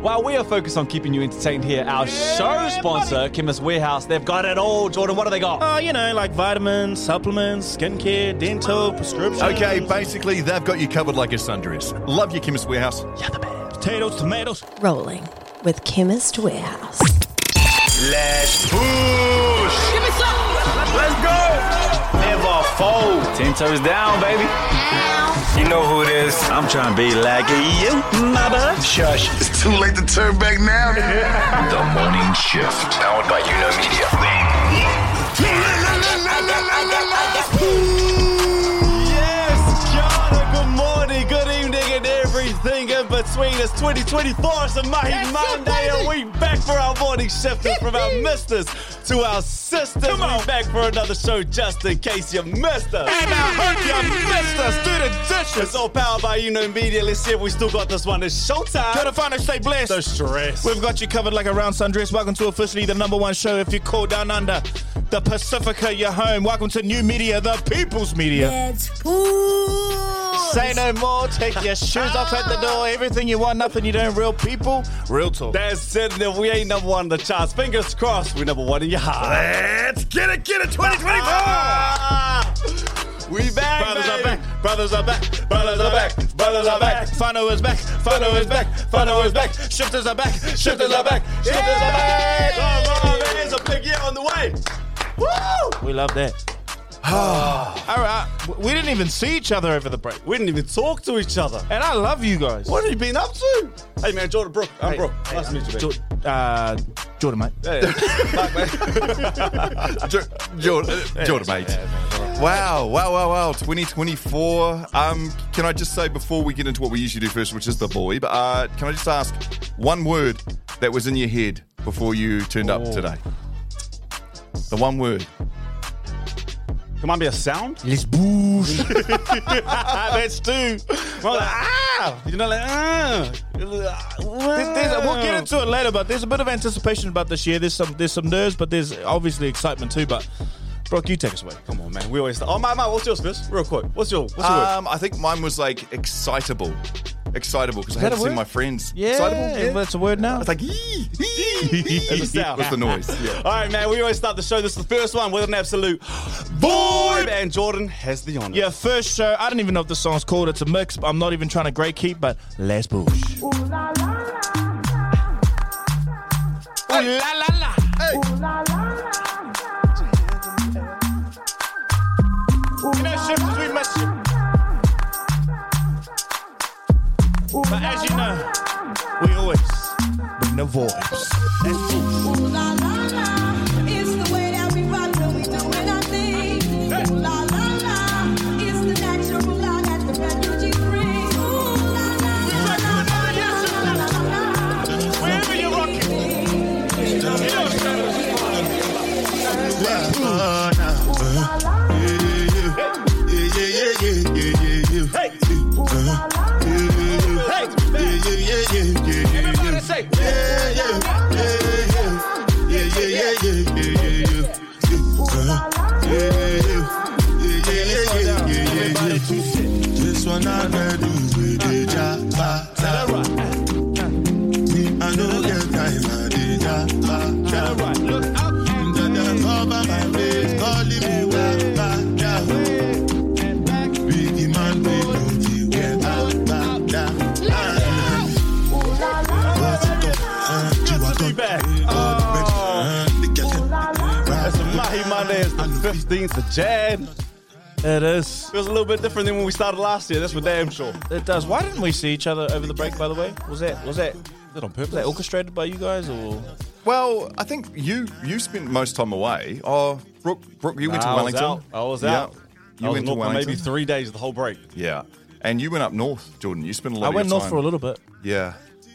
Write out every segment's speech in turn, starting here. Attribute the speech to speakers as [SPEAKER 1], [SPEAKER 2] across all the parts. [SPEAKER 1] While we are focused on keeping you entertained here, our show sponsor, Chemist Warehouse, they've got it all. Jordan, what do they got?
[SPEAKER 2] Oh, you know, like vitamins, supplements, skincare, dental, prescriptions.
[SPEAKER 3] Okay, basically, they've got you covered like a sundress. Love your Chemist Warehouse.
[SPEAKER 2] potatoes, tomatoes.
[SPEAKER 4] Rolling with Chemist Warehouse.
[SPEAKER 5] Let's push. Give me some. Let's go. Never fold. Ten toes down, baby. You know who it is. I'm trying to be like you, mama. Shush.
[SPEAKER 6] It's too late to turn back now.
[SPEAKER 5] The morning shift, powered by Uno Media.
[SPEAKER 1] Yes, Kiana, good morning, good evening, and everything in between. It's 2024, it's a mighty Monday, and we back for our morning shifters from our misters to our sisters. Come on. We back for another show just in case you missed us. And I hope you missed us. Do the dishes. It's all powered by Uno Media. Let's see if we still got this one. It's showtime.
[SPEAKER 2] Gotta find stay blessed.
[SPEAKER 1] So stressed.
[SPEAKER 2] We've got you covered like a round sundress. Welcome to officially the number one show if you call down under the Pacifica, your home. Welcome to new media, the people's media.
[SPEAKER 7] Let's push.
[SPEAKER 2] Say no more, take your shoes off at the door. Everything you want, nothing you don't. Real people, real talk.
[SPEAKER 1] That's it. If we ain't number one in the charts, fingers crossed, we're number one in your heart.
[SPEAKER 3] Let's get it, get it, 2024!
[SPEAKER 1] Ah! we back,
[SPEAKER 2] Brothers
[SPEAKER 1] baby.
[SPEAKER 2] are back, brothers are back, brothers are back, brothers are back. Funnel is back, funnel is back, funnel is back. Shifters are back, shifters are back, shifters are back.
[SPEAKER 1] Come on, man. There's a big year on the way. Woo!
[SPEAKER 2] We love that. All right, w- we didn't even see each other over the break,
[SPEAKER 1] We didn't even talk to each other.
[SPEAKER 2] and I love you guys.
[SPEAKER 1] What have you been up to? Hey, man, Jordan Brooke. I'm
[SPEAKER 2] Hey,
[SPEAKER 1] Brooke.
[SPEAKER 2] hey,
[SPEAKER 1] nice to meet you, man.
[SPEAKER 2] Jor- uh, Jordan, mate.
[SPEAKER 3] Jordan, uh, Jordan, mate. Wow, wow, wow, wow. 2024. Um, can I just say before we get into what we usually do first, which is the boy, but uh, can I just ask one word that was in your head before you turned
[SPEAKER 2] Oh.
[SPEAKER 3] up today? The one word.
[SPEAKER 1] Can mine be a sound?
[SPEAKER 2] Let's boosh. Let's do.
[SPEAKER 1] Well, like, ah! You know, like, ah!
[SPEAKER 2] There's- there's- uh, we'll get into it later, but there's a bit of anticipation about this year. There's some there's some nerves, but there's obviously excitement too. But Brock, you take us away.
[SPEAKER 1] Come on, man. We always. Oh, my, my. What's yours, Fizz? Real quick. What's your, what's your word?
[SPEAKER 3] Um, I think mine was like excitable. Excitable, because I
[SPEAKER 2] that
[SPEAKER 3] hadn't
[SPEAKER 2] a
[SPEAKER 3] seen
[SPEAKER 2] word?
[SPEAKER 3] my friends.
[SPEAKER 2] Yeah,
[SPEAKER 3] Excitable?
[SPEAKER 2] yeah. that's a word now.
[SPEAKER 3] It's like, ee, ee,
[SPEAKER 1] a sound.
[SPEAKER 3] What's the noise? Yeah.
[SPEAKER 2] Uh,
[SPEAKER 1] All right, man. We always start the show. This is the first one with an absolute vibe, and Jordan has the honor.
[SPEAKER 2] Yeah, first show. I don't even know if the song's called. It's a mix. but I'm not even trying to gatekeep, but let's boosh. You know, shifters, we miss you. But as you know, we always bring the vibes.
[SPEAKER 7] Ooh la la la, it's the way that we rock when we doing our thing. Ooh la la la, it's the natural law that the refugees bring. Ooh la la la, la la la la. Wherever you're rocking, you know Uh-huh.
[SPEAKER 8] This one I gotta do with the jabba, jabba. Me, I no get time for the jabba, jabba. Ja, ja, cover my face, calling me back, back, ja. Big man, we don't you get out, back, ja. Ah, what's it called? Ah, Chihuahua. Ah, baby. Ah, the girl,
[SPEAKER 1] That's a Mahi Monday. It's the 15th of Jan.
[SPEAKER 2] It is.
[SPEAKER 1] Feels a little bit different than when we started last year. That's for damn sure.
[SPEAKER 2] It does. Why didn't we see each other over the break? By the way, was that was that
[SPEAKER 1] Did on
[SPEAKER 2] was that orchestrated by you guys or?
[SPEAKER 3] Well, I think you you spent most time away. Oh, Brooke, Brooke you went to
[SPEAKER 1] Nah, I was
[SPEAKER 3] Wellington.
[SPEAKER 1] out. I was
[SPEAKER 3] Yeah.
[SPEAKER 1] out.
[SPEAKER 3] You
[SPEAKER 1] I was
[SPEAKER 3] went
[SPEAKER 1] in
[SPEAKER 3] to
[SPEAKER 1] Auckland
[SPEAKER 3] Wellington.
[SPEAKER 1] maybe three days the whole break.
[SPEAKER 3] Yeah. And you went up north, Jordan. You spent a lot
[SPEAKER 2] I
[SPEAKER 3] of
[SPEAKER 2] went
[SPEAKER 3] your
[SPEAKER 2] north
[SPEAKER 3] time.
[SPEAKER 2] for a little bit.
[SPEAKER 3] Yeah.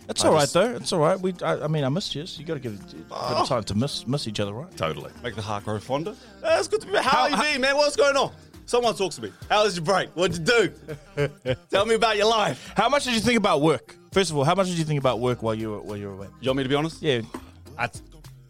[SPEAKER 2] It's
[SPEAKER 3] I
[SPEAKER 2] all right
[SPEAKER 3] just- Oh.
[SPEAKER 2] though. It's all right. We, I, I mean, I missed you. So you got to give a bit of time to miss miss each other, right?
[SPEAKER 3] Totally.
[SPEAKER 1] Make the heart grow fonder. That's good to be. How, you been, man? What's going on? Someone talks to me. How was your break? What'd you do? Tell me about your life.
[SPEAKER 2] How much did you think about work? First of all, how much did you think about work while you were while you were away?
[SPEAKER 1] You want me to be honest?
[SPEAKER 2] Yeah,
[SPEAKER 1] I,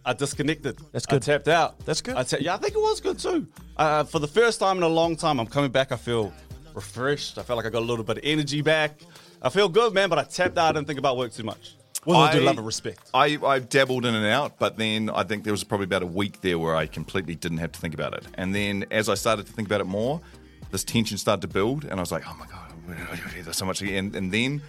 [SPEAKER 1] I disconnected.
[SPEAKER 2] That's
[SPEAKER 1] I
[SPEAKER 2] good.
[SPEAKER 1] tapped out.
[SPEAKER 2] That's good.
[SPEAKER 1] I ta- yeah, I think it was good too. Uh, for the first time in a long time, I'm coming back. I feel refreshed. I feel like I got a little bit of energy back. I feel good, man. But I tapped out. I didn't think about work too much.
[SPEAKER 2] With all due
[SPEAKER 3] I-
[SPEAKER 2] love and respect.
[SPEAKER 3] I, I dabbled in and out, but then I think there was probably about a week there where I completely didn't have to think about it. And then as I started to think about it more, this tension started to build, and I was like, oh my God, I do this so much. again." And, and then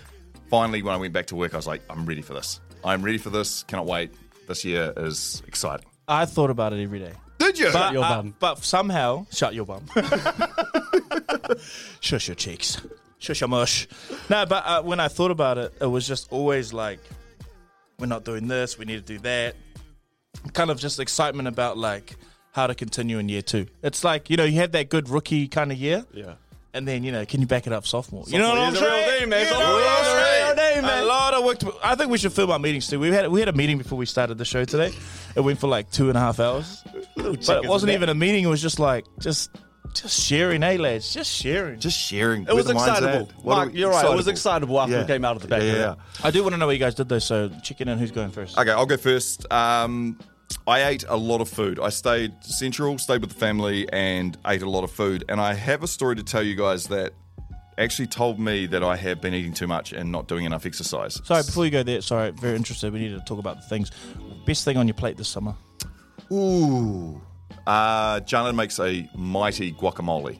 [SPEAKER 3] finally, when I went back to work, I was like, I'm ready for this. I'm ready for this. Cannot wait. This year is exciting.
[SPEAKER 2] I thought about it every day.
[SPEAKER 3] Did you?
[SPEAKER 2] But,
[SPEAKER 1] your
[SPEAKER 2] uh,
[SPEAKER 1] bum.
[SPEAKER 2] but somehow, shut your bum. Shush your cheeks. Shush your mush. No, but uh, when I thought about it, it was just always like, we're not doing this, we need to do that. Kind of just excitement about like how to continue in year two. It's like, you know, you had that good rookie kind of year.
[SPEAKER 6] Yeah.
[SPEAKER 2] And then, you know, can you back it up sophomore? you know what
[SPEAKER 6] Sophomore
[SPEAKER 2] I'm
[SPEAKER 6] year's a real
[SPEAKER 2] saying?
[SPEAKER 6] thing, man.
[SPEAKER 2] You know
[SPEAKER 6] Sophomore
[SPEAKER 2] what I'm
[SPEAKER 6] year's a
[SPEAKER 2] saying?
[SPEAKER 6] real thing, man.
[SPEAKER 2] A lot of work to I think we should film our meetings too. We had we had a meeting before we started the show today. It went for like two and a half hours. But it wasn't even a meeting. It was just like just just sharing, eh, lads? Just sharing.
[SPEAKER 3] Just sharing.
[SPEAKER 6] It was excitable. Mark, you're right. It was excitable after
[SPEAKER 3] Yeah.
[SPEAKER 6] we came out of the back.
[SPEAKER 3] Yeah,
[SPEAKER 6] of
[SPEAKER 3] yeah.
[SPEAKER 6] it.
[SPEAKER 2] I do want to know what you guys did though. So check in on who's going first.
[SPEAKER 3] Okay, I'll go first. Um, I ate a lot of food. I stayed central, stayed with the family, and ate a lot of food. And I have a story to tell you guys that actually told me that I have been eating too much and not doing enough exercise.
[SPEAKER 2] Sorry, before you go there, sorry, very interested. We need to talk about the things. Best thing on your plate this summer.
[SPEAKER 3] Ooh. Uh, Jana makes a mighty guacamole,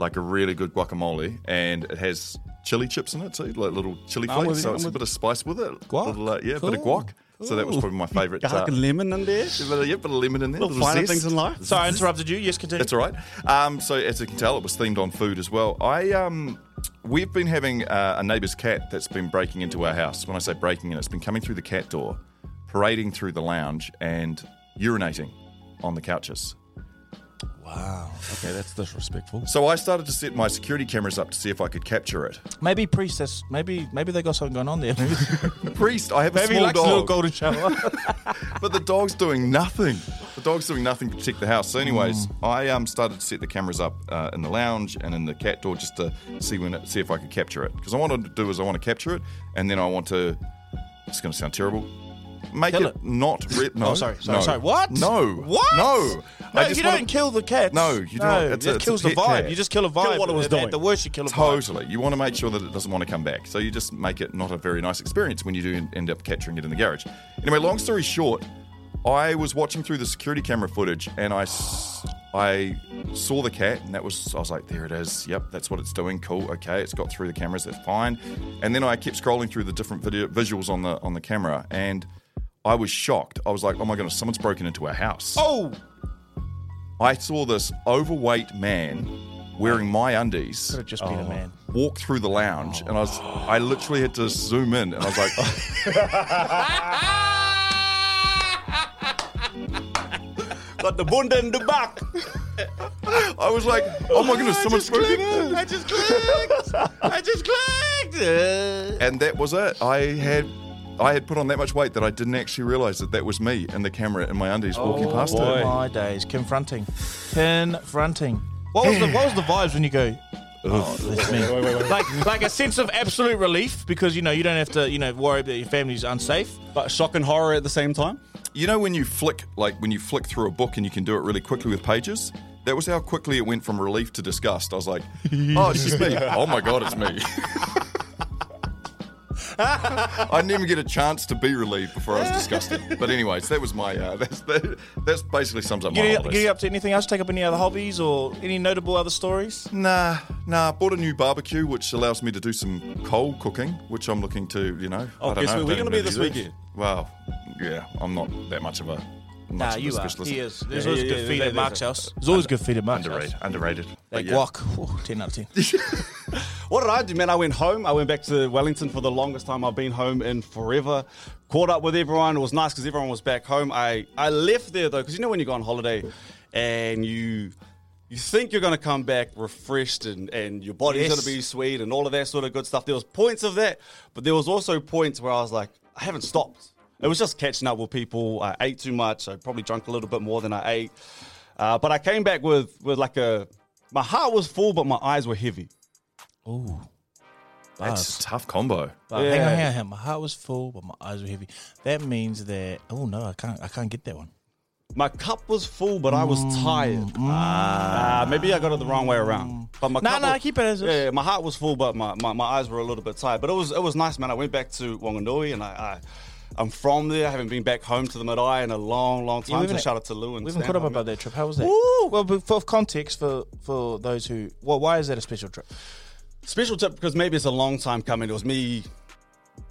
[SPEAKER 3] like a really good guacamole, and it has chili chips in it too, like little chili
[SPEAKER 1] I'm with
[SPEAKER 3] flakes.
[SPEAKER 1] you,
[SPEAKER 3] So
[SPEAKER 1] I'm
[SPEAKER 3] it's a
[SPEAKER 1] with
[SPEAKER 3] bit of spice with it.
[SPEAKER 2] Guac?
[SPEAKER 3] Little, uh, yeah, a bit of
[SPEAKER 1] Cool.
[SPEAKER 3] guac. So that was
[SPEAKER 1] Cool.
[SPEAKER 3] probably my favourite.
[SPEAKER 1] Garlic and lemon in there.
[SPEAKER 3] yeah, bit of- yeah, bit of lemon in there.
[SPEAKER 1] Little
[SPEAKER 3] little
[SPEAKER 1] finer
[SPEAKER 3] zest.
[SPEAKER 1] things in life.
[SPEAKER 2] Sorry, I interrupted you. Yes, continue.
[SPEAKER 3] That's all right. Um, so as you can tell, it was themed on food as well. I um, we've been having uh, a neighbour's cat that's been breaking into our house. When I say breaking in, it's been coming through the cat door, parading through the lounge, and urinating on the couches.
[SPEAKER 6] Okay, that's disrespectful.
[SPEAKER 3] So I started to set my security cameras up to see if I could capture it.
[SPEAKER 2] Maybe priest. That's maybe maybe they got something going on there. Maybe,
[SPEAKER 3] Priest, I have a
[SPEAKER 2] maybe he
[SPEAKER 3] small
[SPEAKER 2] likes a little
[SPEAKER 3] dog,
[SPEAKER 2] golden shower.
[SPEAKER 3] but the dog's doing nothing. The dog's doing nothing to protect the house. So, anyways,
[SPEAKER 2] Hmm.
[SPEAKER 3] I um, started to set the cameras up uh, in the lounge and in the cat door just to see when it, see if I could capture it. Because I wanted to do is I want to capture it, and then I want to. It's going to sound terrible. Make
[SPEAKER 2] Kill
[SPEAKER 3] it,
[SPEAKER 2] it.
[SPEAKER 3] not. Re- no,
[SPEAKER 2] Oh, sorry, sorry,
[SPEAKER 3] no.
[SPEAKER 2] sorry. What?
[SPEAKER 3] No.
[SPEAKER 2] What?
[SPEAKER 3] No.
[SPEAKER 2] No,
[SPEAKER 3] I
[SPEAKER 2] you
[SPEAKER 3] just
[SPEAKER 2] don't
[SPEAKER 3] wanna-
[SPEAKER 2] kill the cat.
[SPEAKER 3] No, you don't.
[SPEAKER 2] No,
[SPEAKER 3] It's a-
[SPEAKER 2] it
[SPEAKER 3] it's a
[SPEAKER 2] kills the
[SPEAKER 3] pet
[SPEAKER 2] vibe.
[SPEAKER 3] cat.
[SPEAKER 2] You just kill a vibe.
[SPEAKER 6] what it was
[SPEAKER 2] At- at
[SPEAKER 6] doing.
[SPEAKER 2] the worst, you kill a vibe.
[SPEAKER 3] Totally. You want to make sure that it doesn't want to come back. So you just make it not a very nice experience when you do end up capturing it in the garage. Anyway, long story short, I was watching through the security camera footage and I, s- I saw the cat and that was, I was like, there it is. Yep, that's what it's doing. Cool. Okay, it's got through the cameras. That's fine. And then I kept scrolling through the different video, visuals on the on the camera and I was shocked. I was like, oh my goodness, someone's broken into our house.
[SPEAKER 2] Oh,
[SPEAKER 3] I saw this overweight man wearing my undies
[SPEAKER 2] could have just been a man.
[SPEAKER 3] walk through the lounge and I was I literally had to zoom in and I was like
[SPEAKER 6] Got the bunda in the back.
[SPEAKER 3] I was like oh my goodness someone's moving in.
[SPEAKER 2] I just clicked. I just clicked. Uh,
[SPEAKER 3] and that was it I had I had put on that much weight that I didn't actually realize that that was me and the camera in my undies walking past
[SPEAKER 2] Oh
[SPEAKER 3] it
[SPEAKER 2] my days, confronting, confronting. What was the what was the vibes when you go? Oh, that's me. Like like a sense of absolute relief because you know you don't have to you know worry that your family's unsafe.
[SPEAKER 1] But shock and horror at the same time.
[SPEAKER 3] you know when you flick like when you flick through a book and you can do it really quickly with pages that was how quickly it went from relief to disgust I was like oh it's just me oh my god it's me I didn't even get a chance to be relieved before I was disgusted. But anyways, that was my uh, that's that, that's basically sums up my
[SPEAKER 2] Getting,
[SPEAKER 3] holidays.
[SPEAKER 2] getting up to anything else? Take up any other hobbies or any notable other stories?
[SPEAKER 3] Nah, nah. Bought a new barbecue, which allows me to do some coal cooking, which I'm looking to, you know.
[SPEAKER 6] Oh,
[SPEAKER 3] I don't
[SPEAKER 6] guess
[SPEAKER 3] know,
[SPEAKER 6] where we're
[SPEAKER 3] don't
[SPEAKER 6] gonna be
[SPEAKER 3] really
[SPEAKER 6] this
[SPEAKER 3] do that.
[SPEAKER 6] weekend?
[SPEAKER 3] Well, yeah, I'm not that much of a. Much
[SPEAKER 2] Nah,
[SPEAKER 3] of a
[SPEAKER 2] you are.
[SPEAKER 3] specialist.
[SPEAKER 2] He is. There's
[SPEAKER 6] Yeah,
[SPEAKER 2] always
[SPEAKER 6] yeah,
[SPEAKER 2] good
[SPEAKER 6] yeah,
[SPEAKER 2] feed
[SPEAKER 6] there-
[SPEAKER 2] at Mark's
[SPEAKER 6] there's
[SPEAKER 2] house. There's always good feed at Mark's house.
[SPEAKER 3] Underrated. Underrated.
[SPEAKER 2] Like
[SPEAKER 3] But yeah.
[SPEAKER 2] guac, Whew, ten out of ten.
[SPEAKER 1] What did I do, man? I went home. I went back to Wellington for the longest time I've been home in forever. Caught up with everyone. It was nice because everyone was back home. I, I left there though because you know when you go on holiday and you you think you're going to come back refreshed and, and your body's
[SPEAKER 2] Yes.
[SPEAKER 1] going to be sweet and all of that sort of good stuff. There was points of that, but there was also points where I was like, I haven't stopped. It was just catching up with people. I ate too much. I probably drank a little bit more than I ate. Uh, but I came back with with like a my heart was full, but my eyes were heavy.
[SPEAKER 3] That's a tough combo.
[SPEAKER 2] But Uh, hang on,
[SPEAKER 1] Yeah.
[SPEAKER 2] hang on, hang on. My heart was full, but my eyes were heavy. That means that oh no, I can't, I can't get that one.
[SPEAKER 1] My cup was full, but I was
[SPEAKER 2] Mm,
[SPEAKER 1] tired. Ah, maybe I got it the wrong way around. But my
[SPEAKER 2] Nah,
[SPEAKER 1] cup
[SPEAKER 2] nah,
[SPEAKER 1] was-
[SPEAKER 2] keep it as is.
[SPEAKER 1] Yeah, yeah, my heart was full, but my, my, my eyes were a little bit tired. But it was it was nice, man. I went back to Whanganui, and I, I I'm from there. I haven't been back home to the Marae in a long, long
[SPEAKER 2] Yeah,
[SPEAKER 1] time.
[SPEAKER 2] we
[SPEAKER 1] so
[SPEAKER 2] haven't-
[SPEAKER 1] shout out to Lou and
[SPEAKER 2] We haven't
[SPEAKER 1] Stan,
[SPEAKER 2] caught up
[SPEAKER 1] homie.
[SPEAKER 2] about that trip. How was that?
[SPEAKER 1] Woo!
[SPEAKER 2] Well, but for context, for for those who, well, why is that a special trip?
[SPEAKER 1] special tip because maybe it's a long time coming. It was me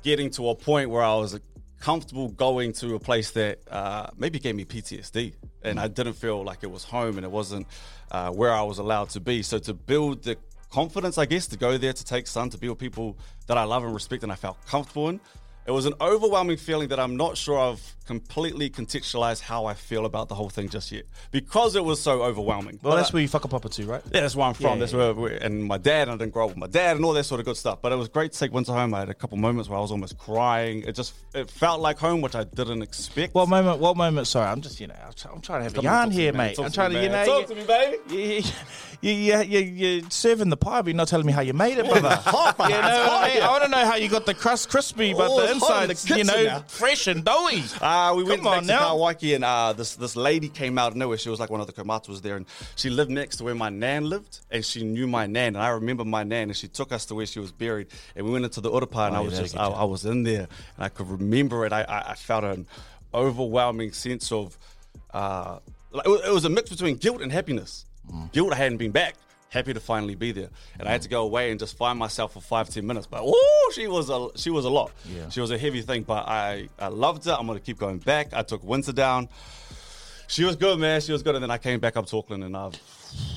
[SPEAKER 1] getting to a point where I was comfortable going to a place that uh, maybe gave me PTSD, and I didn't feel like it was home and it wasn't uh, where I was allowed to be. So to build the confidence, I guess, to go there to take sun to be with people that I love and respect and I felt comfortable in. It was an overwhelming feeling that I'm not sure I've completely contextualized how I feel about the whole thing just yet because it was so overwhelming.
[SPEAKER 2] Well,
[SPEAKER 1] But
[SPEAKER 2] that's
[SPEAKER 1] I-
[SPEAKER 2] where you fuck up Papa too, right?
[SPEAKER 1] yeah, that's where I'm from.
[SPEAKER 2] Yeah,
[SPEAKER 1] that's
[SPEAKER 2] yeah,
[SPEAKER 1] where, where- and my dad. And I didn't grow up with my dad and all that sort of good stuff. But it was great to take winter home. I had a couple moments where I was almost crying. It just it felt like home, which I didn't expect.
[SPEAKER 2] What moment? What moment? Sorry, I'm just you know, I'm, try- I'm trying to have a
[SPEAKER 1] Come on,
[SPEAKER 2] yarn
[SPEAKER 1] talk to
[SPEAKER 2] here,
[SPEAKER 1] me, man.
[SPEAKER 2] mate.
[SPEAKER 1] Talk
[SPEAKER 2] I'm
[SPEAKER 1] to
[SPEAKER 2] trying
[SPEAKER 1] me,
[SPEAKER 2] to, you know,
[SPEAKER 1] man. Talk to me, baby.
[SPEAKER 2] you, you, you, you, you're serving the pie, but you're not telling me how you made it, brother.
[SPEAKER 1] hot, man.
[SPEAKER 2] you know
[SPEAKER 1] It's
[SPEAKER 2] what
[SPEAKER 1] hot
[SPEAKER 2] I mean?
[SPEAKER 1] here.
[SPEAKER 2] I want to know how you got the crust crispy, but
[SPEAKER 1] Oh,
[SPEAKER 2] the
[SPEAKER 1] it's hot in the
[SPEAKER 2] insides, you
[SPEAKER 1] kitchen
[SPEAKER 2] know,
[SPEAKER 1] now.
[SPEAKER 2] fresh and doughy.
[SPEAKER 1] Uh, we went
[SPEAKER 2] Come
[SPEAKER 1] back
[SPEAKER 2] on
[SPEAKER 1] to
[SPEAKER 2] now.
[SPEAKER 1] Kauai and uh, this this lady came out of nowhere. She was like one of the Komatsu was there, and she lived next to where my nan lived, and she knew my nan, and I remember my nan, and she took us to where she was buried, and we went into the Urupa, and I was just I, I was in there, and I could remember it. I I, I felt an overwhelming sense of, uh, like, it wa- it was a mix between guilt and happiness. Guilt, I hadn't been back. Happy to finally be there, and I had to go away and just find myself for five ten minutes. But oh, she was a she was a lot.
[SPEAKER 2] Yeah.
[SPEAKER 1] She was a heavy thing, but I, I loved it. I'm gonna keep going back. I took Winter down. She was good, man. She was good, and then I came back up to Auckland, and I've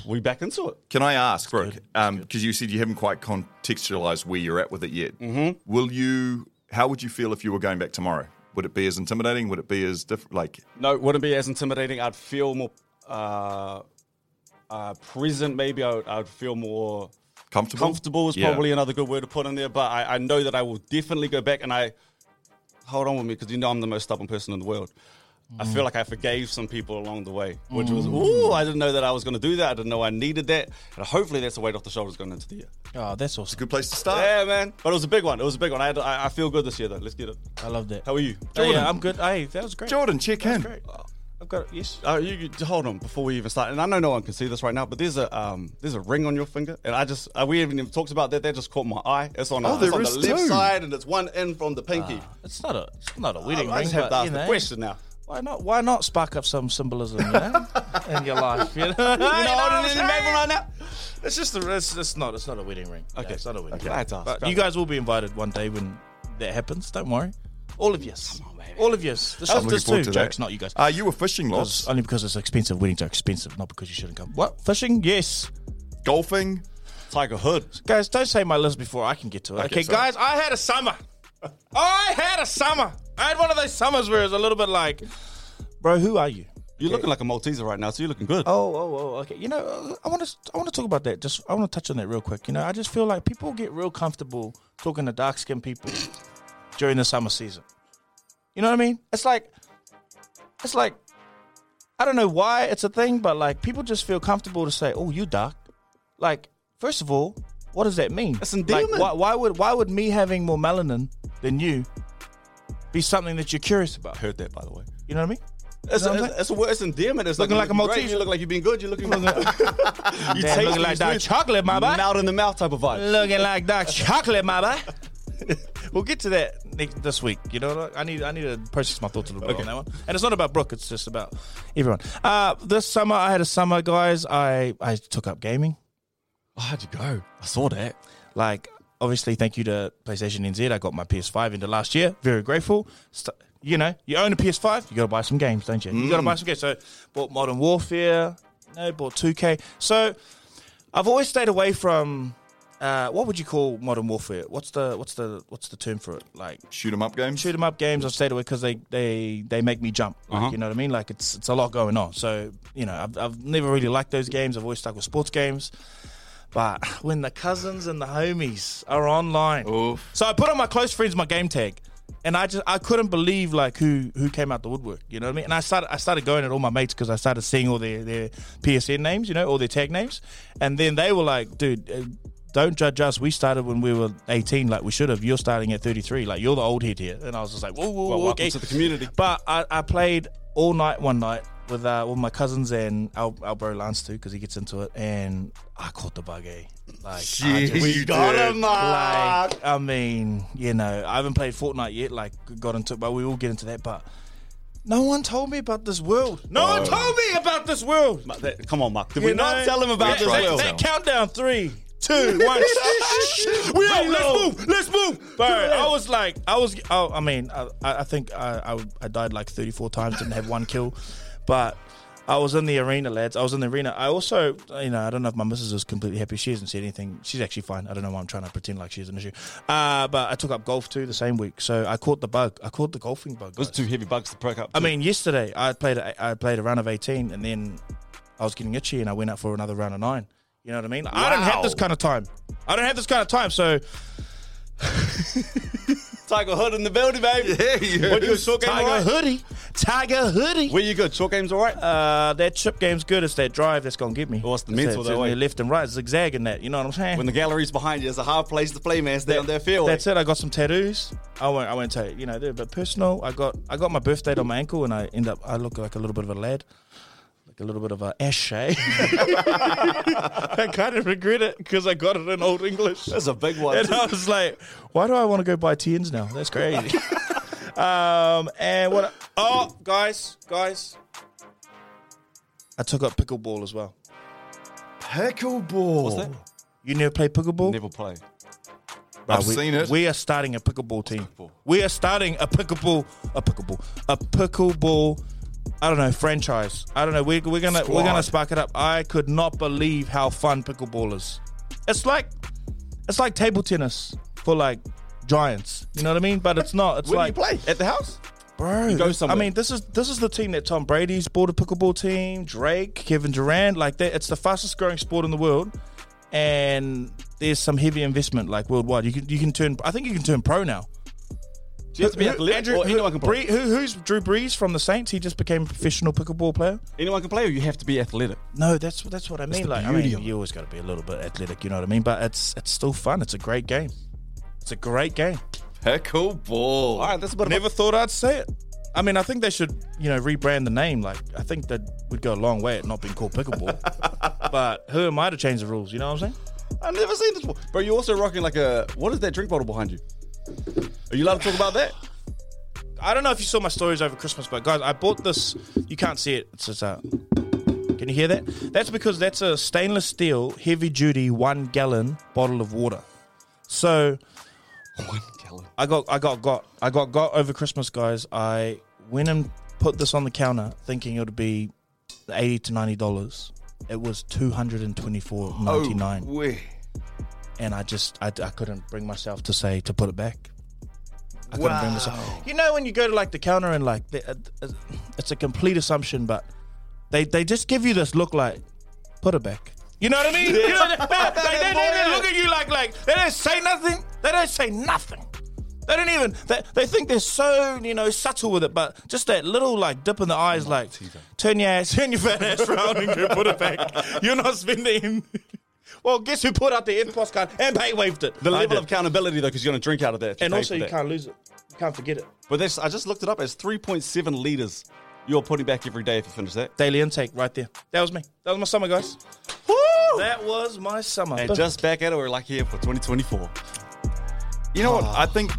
[SPEAKER 1] we back into it.
[SPEAKER 3] Can I ask, Brooke? Because you said you haven't quite contextualized where you're at with it yet. Mm-hmm. Will you? How would you feel if you were going back tomorrow? Would it be as intimidating? Would it be as different? Like,
[SPEAKER 1] No, it wouldn't be as intimidating. I'd feel more uh, uh, present. Maybe I would, I would feel more
[SPEAKER 3] Comfortable?
[SPEAKER 1] Comfortable is
[SPEAKER 3] Yeah.
[SPEAKER 1] probably another good word to put in there. But I, I know that I will definitely go back, and I hold on with me because you know I'm the most stubborn person in the world. I feel like I forgave some people along the way, which was ooh, I didn't know that I was going to do that. I didn't know I needed that, and hopefully that's a weight off the shoulders going into the year.
[SPEAKER 2] Oh, that's awesome.
[SPEAKER 3] good place to start.
[SPEAKER 1] Yeah, man. But it was a big one. It was a big one. I, had, I, I feel good this year, though. Let's get it.
[SPEAKER 2] I love that.
[SPEAKER 1] How are you?
[SPEAKER 2] Oh, yeah, I'm good. Hey, that was great.
[SPEAKER 3] Jordan, check in.
[SPEAKER 2] Great. I've got yes.
[SPEAKER 1] Uh, you, you- hold on before we even start. And I know no one can see this right now, but there's a um, there's a ring on your finger, and I just uh, we haven't even talked about that. That just caught my eye. It's
[SPEAKER 2] Oh,
[SPEAKER 1] on, uh,
[SPEAKER 3] there
[SPEAKER 1] it's on the
[SPEAKER 3] is
[SPEAKER 1] left
[SPEAKER 3] two.
[SPEAKER 1] side, and it's one in from the pinky.
[SPEAKER 2] It's not a it's not a wedding
[SPEAKER 1] I
[SPEAKER 2] Ah. ring,
[SPEAKER 1] just have
[SPEAKER 2] but,
[SPEAKER 1] to ask
[SPEAKER 2] you
[SPEAKER 1] the
[SPEAKER 2] know,
[SPEAKER 1] question now.
[SPEAKER 2] Why not? Why not spark up some symbolism you know, in your life? You know, you know what
[SPEAKER 1] You know,
[SPEAKER 2] I'm
[SPEAKER 1] older than
[SPEAKER 2] saying?
[SPEAKER 1] the baby right now.
[SPEAKER 2] It's just a, it's, it's not it's not a wedding ring. Okay, it's not a wedding.
[SPEAKER 1] Okay.
[SPEAKER 2] ring.
[SPEAKER 1] I had to ask.
[SPEAKER 2] But you guys will be invited one day when that happens. Don't worry, all of yous, all of yous. This
[SPEAKER 3] I'm
[SPEAKER 2] is
[SPEAKER 3] looking
[SPEAKER 2] this
[SPEAKER 3] forward
[SPEAKER 2] too
[SPEAKER 3] to
[SPEAKER 2] jokes,
[SPEAKER 3] that.
[SPEAKER 2] not you guys.
[SPEAKER 3] Uh, you were fishing
[SPEAKER 2] Because-
[SPEAKER 3] lots,
[SPEAKER 2] only because it's expensive. Weddings are expensive, not because you shouldn't come. What fishing? Yes,
[SPEAKER 3] golfing.
[SPEAKER 1] Tiger Hood.
[SPEAKER 2] guys. Don't say my list before I can get to it. Okay,
[SPEAKER 3] sorry.
[SPEAKER 2] guys. I had a summer. I had a summer. I had one of those summers where it was a little bit like, bro, who are you?
[SPEAKER 1] You're looking like a Malteser right now, so you're looking good.
[SPEAKER 2] Oh, oh, oh, okay. You know, uh, I want to, I want to talk about that. Just, I want to touch on that real quick. You know, I just feel like people get real comfortable talking to dark skinned people during the summer season. You know what I mean? It's like, it's like, I don't know why it's a thing, but like people just feel comfortable to say, "Oh, you dark." Like, first of all, what does that mean?
[SPEAKER 1] That's
[SPEAKER 2] like,
[SPEAKER 1] endearment.
[SPEAKER 2] why, why would, why would me having more melanin than you be something that you're curious about?
[SPEAKER 1] Heard that by the way.
[SPEAKER 2] You know what I mean?
[SPEAKER 1] It's,
[SPEAKER 2] know what I'm
[SPEAKER 1] it's, it's, a, it's endearment. It's
[SPEAKER 2] Looking
[SPEAKER 1] like,
[SPEAKER 2] like a
[SPEAKER 1] you're great,
[SPEAKER 2] Malteser.
[SPEAKER 1] You look like you've been good. You're looking like you
[SPEAKER 2] Damn, looking like
[SPEAKER 1] these
[SPEAKER 2] dark
[SPEAKER 1] foods.
[SPEAKER 2] chocolate, my boy.
[SPEAKER 1] Mouth in the mouth type of vibe.
[SPEAKER 2] looking like dark chocolate, mama. we'll get to that next, this week. You know, what I I need I need to process my thoughts a little bit on that one. And it's not about Brooke; it's just about everyone. Uh, this summer, I had a summer, guys. I I took up gaming.
[SPEAKER 1] Oh, how'd you go? I saw that.
[SPEAKER 2] Like, obviously, thank you to PlayStation NZ. I got my PS5 into last year. Very grateful. St- you know, you own a PS5, you got to buy some games, don't you? You got to buy some games. So, bought Modern Warfare. No, bought 2K. So, I've always stayed away from. Uh, what would you call modern warfare? What's the what's the what's the term for it? Like
[SPEAKER 3] Shoot 'em up games.
[SPEAKER 2] shoot 'em up games I've stayed away because they they they make me jump. Like, You know what I mean? Like it's it's a lot going on. So you know I've I've never really liked those games. I've always stuck with sports games. But when the cousins and the homies are online, so I put on my close friends my game tag, and I just I couldn't believe like who who came out the woodwork. You know what I mean? And I started I started going at all my mates because I started seeing all their their PSN names, you know, all their tag names, and then they were like, dude. uh, Don't judge us. We started when we were 18, like we should have. You're starting at 33, like you're the old head here. And I was just like, whoa, whoa, whoa,
[SPEAKER 1] Well, welcome
[SPEAKER 2] okay.
[SPEAKER 1] to the community.
[SPEAKER 2] But I, I played all night one night, with uh, with my cousins and our, our bro Lance too because he gets into it, and I caught the bug. Eh? Like, I
[SPEAKER 3] Jeez,
[SPEAKER 2] just-
[SPEAKER 3] you
[SPEAKER 1] got
[SPEAKER 3] did.
[SPEAKER 1] him, Mark.
[SPEAKER 2] like, I mean, you know, I haven't played Fortnite yet. Like, got into it, but we will get into that. But no one told me about this world. No one told me about this world.
[SPEAKER 1] Ma- that- come on, Mark. Did we
[SPEAKER 2] You
[SPEAKER 1] not
[SPEAKER 2] know?
[SPEAKER 1] tell him about
[SPEAKER 2] Yeah,
[SPEAKER 1] this
[SPEAKER 3] tried
[SPEAKER 2] that,
[SPEAKER 3] to
[SPEAKER 1] world?
[SPEAKER 3] tell him.
[SPEAKER 2] that countdown three, two, one. we out. Let's move. Let's move. Bro, I was like, I was. Oh, I mean, I, I I think I, I I died like thirty four times. Didn't have one kill, but. I was in the arena, lads. I was in the arena. I also, you know, I don't know if my missus is completely happy. She hasn't said anything. She's actually fine. I don't know why I'm trying to pretend like she has an issue. Uh, but I took up golf too the same week, so I caught the bug. I caught the golfing bug.
[SPEAKER 1] Those
[SPEAKER 2] guys.
[SPEAKER 1] two heavy bugs to pick up.
[SPEAKER 2] I mean, yesterday I played a, I played a round of eighteen, and then I was getting itchy, and I went out for another round of nine. You know what I mean? Like, I don't have this kind of time. I don't have this kind of time. So
[SPEAKER 1] Tiger Hood in the building, baby.
[SPEAKER 3] Yeah,
[SPEAKER 1] What you
[SPEAKER 3] yes.
[SPEAKER 1] short game,
[SPEAKER 2] Tiger
[SPEAKER 1] alright?
[SPEAKER 2] hoodie, Tiger hoodie.
[SPEAKER 1] Where you good? Short game's all right.
[SPEAKER 2] Uh, that chip game's good. It's that drive that's gonna get me.
[SPEAKER 1] Well, it's the
[SPEAKER 2] It's
[SPEAKER 1] mental eh?
[SPEAKER 2] that-
[SPEAKER 1] that
[SPEAKER 2] it's
[SPEAKER 1] way.
[SPEAKER 2] Left and right, zigzagging that. You know what I'm saying?
[SPEAKER 1] when the gallery's behind you, it's a hard place to play, man. It's down there field.
[SPEAKER 2] That's it. I got some tattoos. I won't. I won't tell you. You know, they're a bit personal. I got. I got my birth date on my ankle, and I end up. I look like a little bit of a lad, like a little bit of a ash. Eh? I kind of regret it because I got it in Old English,
[SPEAKER 1] That's a big one.
[SPEAKER 2] and I was like, "Why do I want to go buy tins now? That's crazy." um, and what? Oh, guys, guys, I took up pickleball as well.
[SPEAKER 3] Pickleball.
[SPEAKER 1] What's that?
[SPEAKER 2] You never play pickleball?
[SPEAKER 1] Never play.
[SPEAKER 3] I've
[SPEAKER 2] Uh, we,
[SPEAKER 3] seen it.
[SPEAKER 2] We are starting a pickleball team.
[SPEAKER 1] Pickleball.
[SPEAKER 2] We are starting a pickleball, a pickleball, a pickleball. I don't know franchise. I don't know. We're, we're gonna we're gonna spark it up. I could not believe how fun pickleball is. It's like it's like table tennis for like giants. You know what I mean? But it's not. It's
[SPEAKER 1] Where
[SPEAKER 2] like
[SPEAKER 1] do you play? At the house?
[SPEAKER 2] bro.
[SPEAKER 1] go
[SPEAKER 2] I
[SPEAKER 1] somewhere.
[SPEAKER 2] mean, this is this is the team that Tom Brady's bought a pickleball team. Drake, Kevin Durant, like that. It's the fastest growing sport in the world, and there's some heavy investment like worldwide. You can you can turn. I think you can turn pro now.
[SPEAKER 1] Do you have to be athletic
[SPEAKER 2] Andrew,
[SPEAKER 1] or
[SPEAKER 2] who-
[SPEAKER 1] anyone can play?
[SPEAKER 2] Bree- who- who's Drew Brees from the Saints? He just became a professional pickleball player.
[SPEAKER 1] Anyone can play, or you have to be athletic.
[SPEAKER 2] No, that's that's what I mean.
[SPEAKER 1] the
[SPEAKER 2] Like, I
[SPEAKER 1] beauty
[SPEAKER 2] mean,
[SPEAKER 1] of it.
[SPEAKER 2] you always got to be a little bit athletic. You know what I mean? But it's it's still fun. It's a great game. It's a great game.
[SPEAKER 3] Pickleball.
[SPEAKER 1] All right, that's a bit of a-
[SPEAKER 2] Never thought I'd say it. I mean, I think they should, you know, rebrand the name. Like, I think that would go a long way at not being called pickleball. but who am I to change the rules? You know what I'm saying?
[SPEAKER 1] I've never seen this before. Bro, you're also rocking like a. What is that drink bottle behind you? Are you allowed to talk about that?
[SPEAKER 2] I don't know if you saw my stories over Christmas, but guys, I bought this. You can't see it. It's just a. Can you hear that? That's because that's a stainless steel, heavy duty, one gallon bottle of water. So
[SPEAKER 1] One gallon.
[SPEAKER 2] I got I got got I got got over Christmas, guys. I went and put this on the counter, thinking it would be eighty to ninety dollars. It was two hundred and twenty four ninety nine,
[SPEAKER 3] Wait.
[SPEAKER 2] and I just I, I couldn't bring myself to say to put it back. I couldn't bring myself. You know when you go to like the counter and like the, uh, it's a complete assumption, but they they just give you this look like put it back. You know what I mean? You know, like, they, they, they, they look at you like like they don't say nothing. They don't say nothing. They don't even. They, they think they're so you know subtle with it, but just that little like dip in the eyes, like turn your ass, turn your fat ass round and go put it back. You're not spending. well, guess who put out the impulse card and pay waved it?
[SPEAKER 1] The
[SPEAKER 2] I
[SPEAKER 1] level
[SPEAKER 2] did.
[SPEAKER 1] of accountability, though, because you're going to drink out of that. if
[SPEAKER 2] and
[SPEAKER 1] pay
[SPEAKER 2] also
[SPEAKER 1] for
[SPEAKER 2] you
[SPEAKER 1] that.
[SPEAKER 2] can't lose it. You can't forget it.
[SPEAKER 1] But this, I just looked it up. It's 3.7 liters you're putting back every day if you finish that.
[SPEAKER 2] Daily intake, right there. That was me. That was my summer, guys.
[SPEAKER 1] Woo!
[SPEAKER 2] That was my summer.
[SPEAKER 1] And just back at it, we're like here for 2024.
[SPEAKER 3] You know what?
[SPEAKER 2] Ah.
[SPEAKER 3] I think.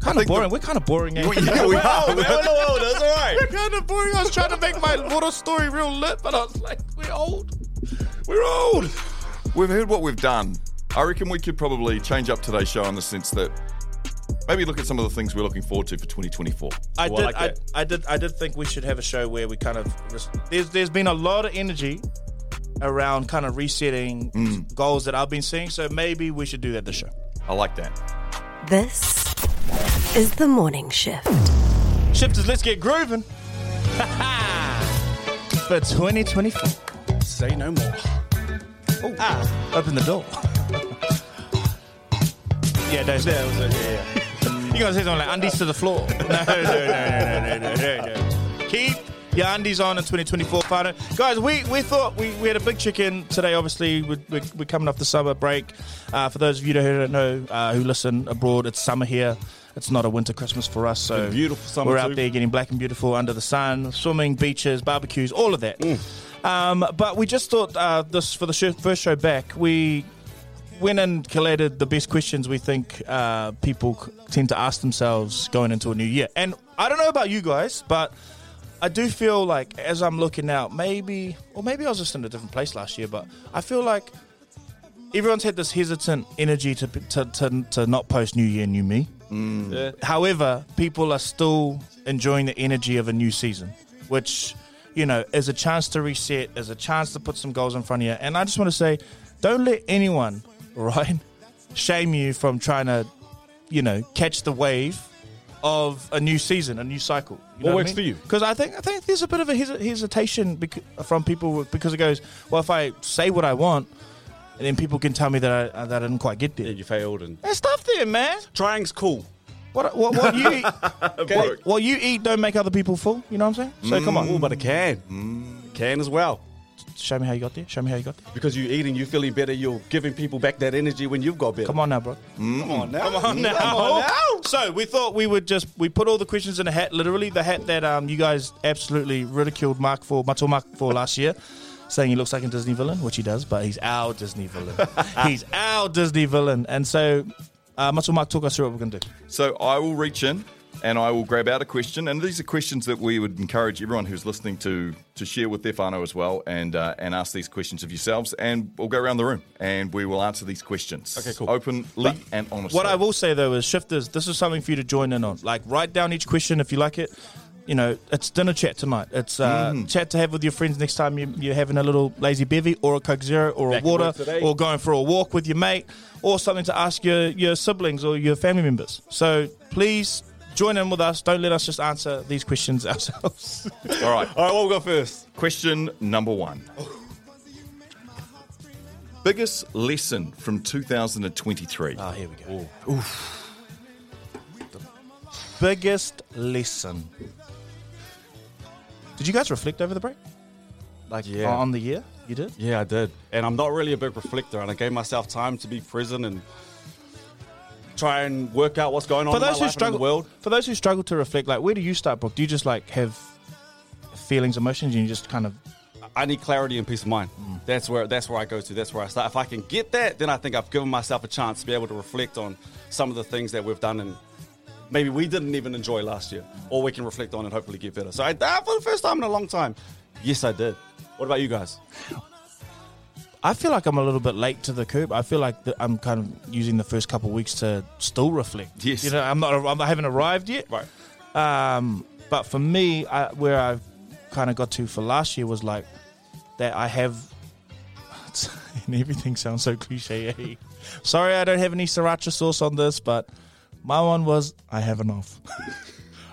[SPEAKER 2] kind of boring. We're kind of boring. eh?
[SPEAKER 3] Yeah, we are.
[SPEAKER 1] old, that's all right.
[SPEAKER 2] We're kind of boring. I was trying to make my water story real lit, but I was like, we're old. We're old.
[SPEAKER 3] We've heard what we've done. I reckon we could probably change up today's show in the sense that maybe look at some of the things we're looking forward to for Oh, 2024.
[SPEAKER 2] I
[SPEAKER 1] Well,
[SPEAKER 2] did.
[SPEAKER 1] I like
[SPEAKER 2] I,
[SPEAKER 1] that.
[SPEAKER 2] I did. I did think we should have a show where we kind of res- there's there's been a lot of energy around kind of resetting
[SPEAKER 1] Mm.
[SPEAKER 2] goals that I've been seeing. So maybe we should do that this show.
[SPEAKER 3] I like that.
[SPEAKER 4] This is the morning shift.
[SPEAKER 2] Shifters, let's get grooving. For 2024.
[SPEAKER 1] Say no more.
[SPEAKER 2] Oh, ah, open the door. yeah, those there. Was it, yeah, yeah. you gotta say something like undies to the floor. No, no, no, no, no, no, no, no, no. Keep your undies on in 2024, partner. Guys, we, we thought we, we had a big chicken today. Obviously, we're, we're, we're coming off the summer break. Uh, for those of you who don't know, uh, who listen abroad, it's summer here. It's not a winter Christmas for us, so
[SPEAKER 1] Been beautiful summer
[SPEAKER 2] We're out
[SPEAKER 1] too.
[SPEAKER 2] there getting black and beautiful under the sun, swimming, beaches, barbecues, all of that. Um, but we just thought uh, this for the sh- first show back. We went and collated the best questions we think uh, people c- tend to ask themselves going into a new year. And I don't know about you guys, but I do feel like as I'm looking out, maybe, or maybe I was just in a different place last year, but I feel like everyone's had this hesitant energy to to, to, to not post New Year, New Me.
[SPEAKER 1] Yeah.
[SPEAKER 2] However, people are still enjoying the energy of a new season, which, you know, is a chance to reset, is a chance to put some goals in front of you. And I just want to say, don't let anyone, right, shame you from trying to, you know, catch the wave of a new season, a new cycle. You
[SPEAKER 1] What
[SPEAKER 2] know I
[SPEAKER 1] works
[SPEAKER 2] mean?
[SPEAKER 1] for you?
[SPEAKER 2] Because I think I think there's a bit of a hesi- hesitation bec- from people because it goes, well, if I say what I want, and then people can tell me that I uh, that I didn't quite get there.
[SPEAKER 1] Yeah, you failed and
[SPEAKER 2] There's stuff there, man.
[SPEAKER 1] trying's cool.
[SPEAKER 2] What what, what you eat, what, what you eat don't make other people full. You know what I'm saying? So come on,
[SPEAKER 1] Ooh, but it can,
[SPEAKER 2] Mm.
[SPEAKER 1] it can as well.
[SPEAKER 2] show me how you got there. Show me how you got there.
[SPEAKER 1] Because you're eating, you're feeling better, you're giving people back that energy when you've got better. Mm.
[SPEAKER 2] Come on now, bro.
[SPEAKER 1] come on now.
[SPEAKER 2] now. Mm. So we thought we would just we put all the questions in a hat, literally the hat that um you guys absolutely ridiculed Mark for Mato Mark for last year, saying he looks like a Disney villain, which he does, but he's our Disney villain. he's our Disney villain, and so uh, Mato Mark took us through what we're gonna do.
[SPEAKER 3] So I will reach in and I will grab out a question, and these are questions that we would encourage everyone who's listening to to share with their whānau as well, and uh, and ask these questions of yourselves, and we'll go around the room and we will answer these questions. Okay,
[SPEAKER 1] cool.
[SPEAKER 3] Openly and honestly.
[SPEAKER 2] What I will say though is shifters, this is something for you to join in on. Like write down each question if you like it. You know, it's dinner chat tonight. It's uh, chat to have with your friends next time you, you're having a little lazy bevy or a Coke Zero or
[SPEAKER 1] Back
[SPEAKER 2] a
[SPEAKER 1] to
[SPEAKER 2] water
[SPEAKER 1] work today.
[SPEAKER 2] or going for a walk with your mate or something to ask your, your siblings or your family members. So please join in with us. Don't let us just answer these questions ourselves.
[SPEAKER 3] All right.
[SPEAKER 1] All right, what we got first?
[SPEAKER 3] Question number one. Biggest lesson from 2023.
[SPEAKER 2] oh, here we go. The biggest lesson. Did you guys reflect over the break?
[SPEAKER 1] Like yeah,
[SPEAKER 2] on the year? You did?
[SPEAKER 1] Um, yeah, I did. And I'm not really a big reflector, and I gave myself time to be present and try and work out what's going on
[SPEAKER 2] for
[SPEAKER 1] in my
[SPEAKER 2] those who
[SPEAKER 1] life and in
[SPEAKER 2] struggle
[SPEAKER 1] the world.
[SPEAKER 2] for those who struggle to reflect like where do you start brooke do you just like have feelings emotions and you just kind of
[SPEAKER 1] I need clarity and peace of mind. That's where that's where I go to. That's where I start. If I can get that, then I think I've given myself a chance to be able to reflect on some of the things that we've done and maybe we didn't even enjoy last year, or we can reflect on and hopefully get better. So I ah, for the first time in a long time. Yes, I did. What about you guys?
[SPEAKER 2] i feel like i'm a little bit late to the curb i feel like that i'm kind of using the first couple of weeks to still reflect
[SPEAKER 3] Yes.
[SPEAKER 2] you know i'm not i'm not haven't arrived yet
[SPEAKER 1] Right.
[SPEAKER 2] um but for me I, where i kind of got to for last year was like that i have and everything sounds so cliche eh? sorry i don't have any sriracha sauce on this but my one was i have enough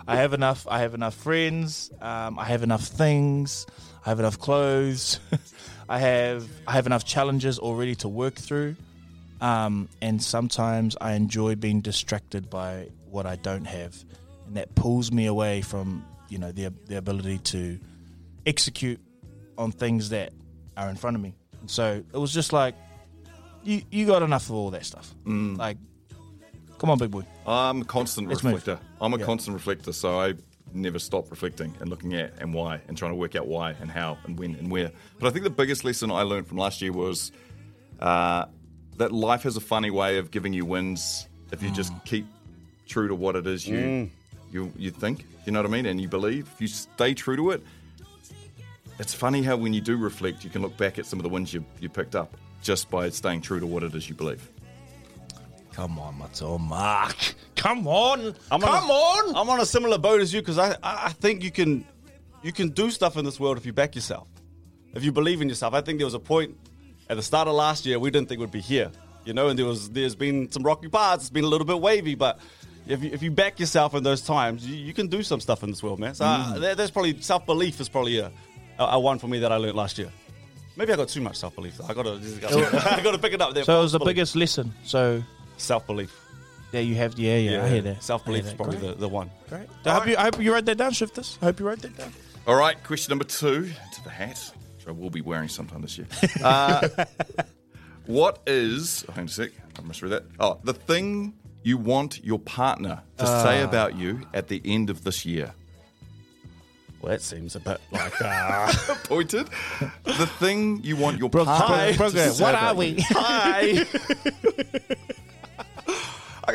[SPEAKER 2] I have enough. I have enough friends. Um, I have enough things. I have enough clothes. I have I have enough challenges already to work through. Um, and sometimes I enjoy being distracted by what I don't have, and that pulls me away from you know the the ability to execute on things that are in front of me. And so it was just like you you got enough of all that stuff. Like, come on, big boy.
[SPEAKER 3] I'm a constant
[SPEAKER 2] Let's move.
[SPEAKER 3] reflector. I'm a
[SPEAKER 2] Yeah.
[SPEAKER 3] constant reflector, so I never stop reflecting and looking at and why and trying to work out why and how and when and where. But I think the biggest lesson I learned from last year was uh, that life has a funny way of giving you wins if you just
[SPEAKER 2] Mm.
[SPEAKER 3] keep true to what it is you you you think. You know what I mean? And you believe. If you stay true to it, it's funny how when you do reflect, you can look back at some of the wins you you picked up just by staying true to what it is you believe.
[SPEAKER 2] Come on, Mato Mark. Come on. Come
[SPEAKER 1] a,
[SPEAKER 2] on.
[SPEAKER 1] I'm on a similar boat as you because I, I I think you can you can do stuff in this world if you back yourself, if you believe in yourself. I think there was a point at the start of last year we didn't think we'd be here, you know, and there was there's been some rocky parts. It's been a little bit wavy, but. If you, if you back yourself in those times, you, you can do some stuff in this world, man. So
[SPEAKER 2] Mm.
[SPEAKER 1] uh, there- there's probably self belief is probably a, a, a one for me that I learned last year. Maybe I got too much self belief. I got to I got to pick it up there.
[SPEAKER 2] So it was the biggest lesson. So
[SPEAKER 1] self belief.
[SPEAKER 2] there you have the yeah, yeah, I hear that.
[SPEAKER 1] Self belief
[SPEAKER 2] I
[SPEAKER 1] is
[SPEAKER 2] hear that.
[SPEAKER 1] probably the, the one.
[SPEAKER 2] Great. Great. I hope you I hope you wrote that down, Shifters. I hope you wrote that down.
[SPEAKER 3] All right, question number two to the hat, which I will be wearing sometime this year. Uh, what is, hang on a sec, I misread that. Oh, the thing you want your partner to
[SPEAKER 1] Uh.
[SPEAKER 3] say about you at the end of this year?
[SPEAKER 1] Well, that seems a bit like uh,
[SPEAKER 3] Pointed. the thing you want your
[SPEAKER 2] Hi.
[SPEAKER 3] partner to
[SPEAKER 2] Program.
[SPEAKER 3] say
[SPEAKER 2] What
[SPEAKER 3] about
[SPEAKER 2] are we?
[SPEAKER 1] hi. Okay,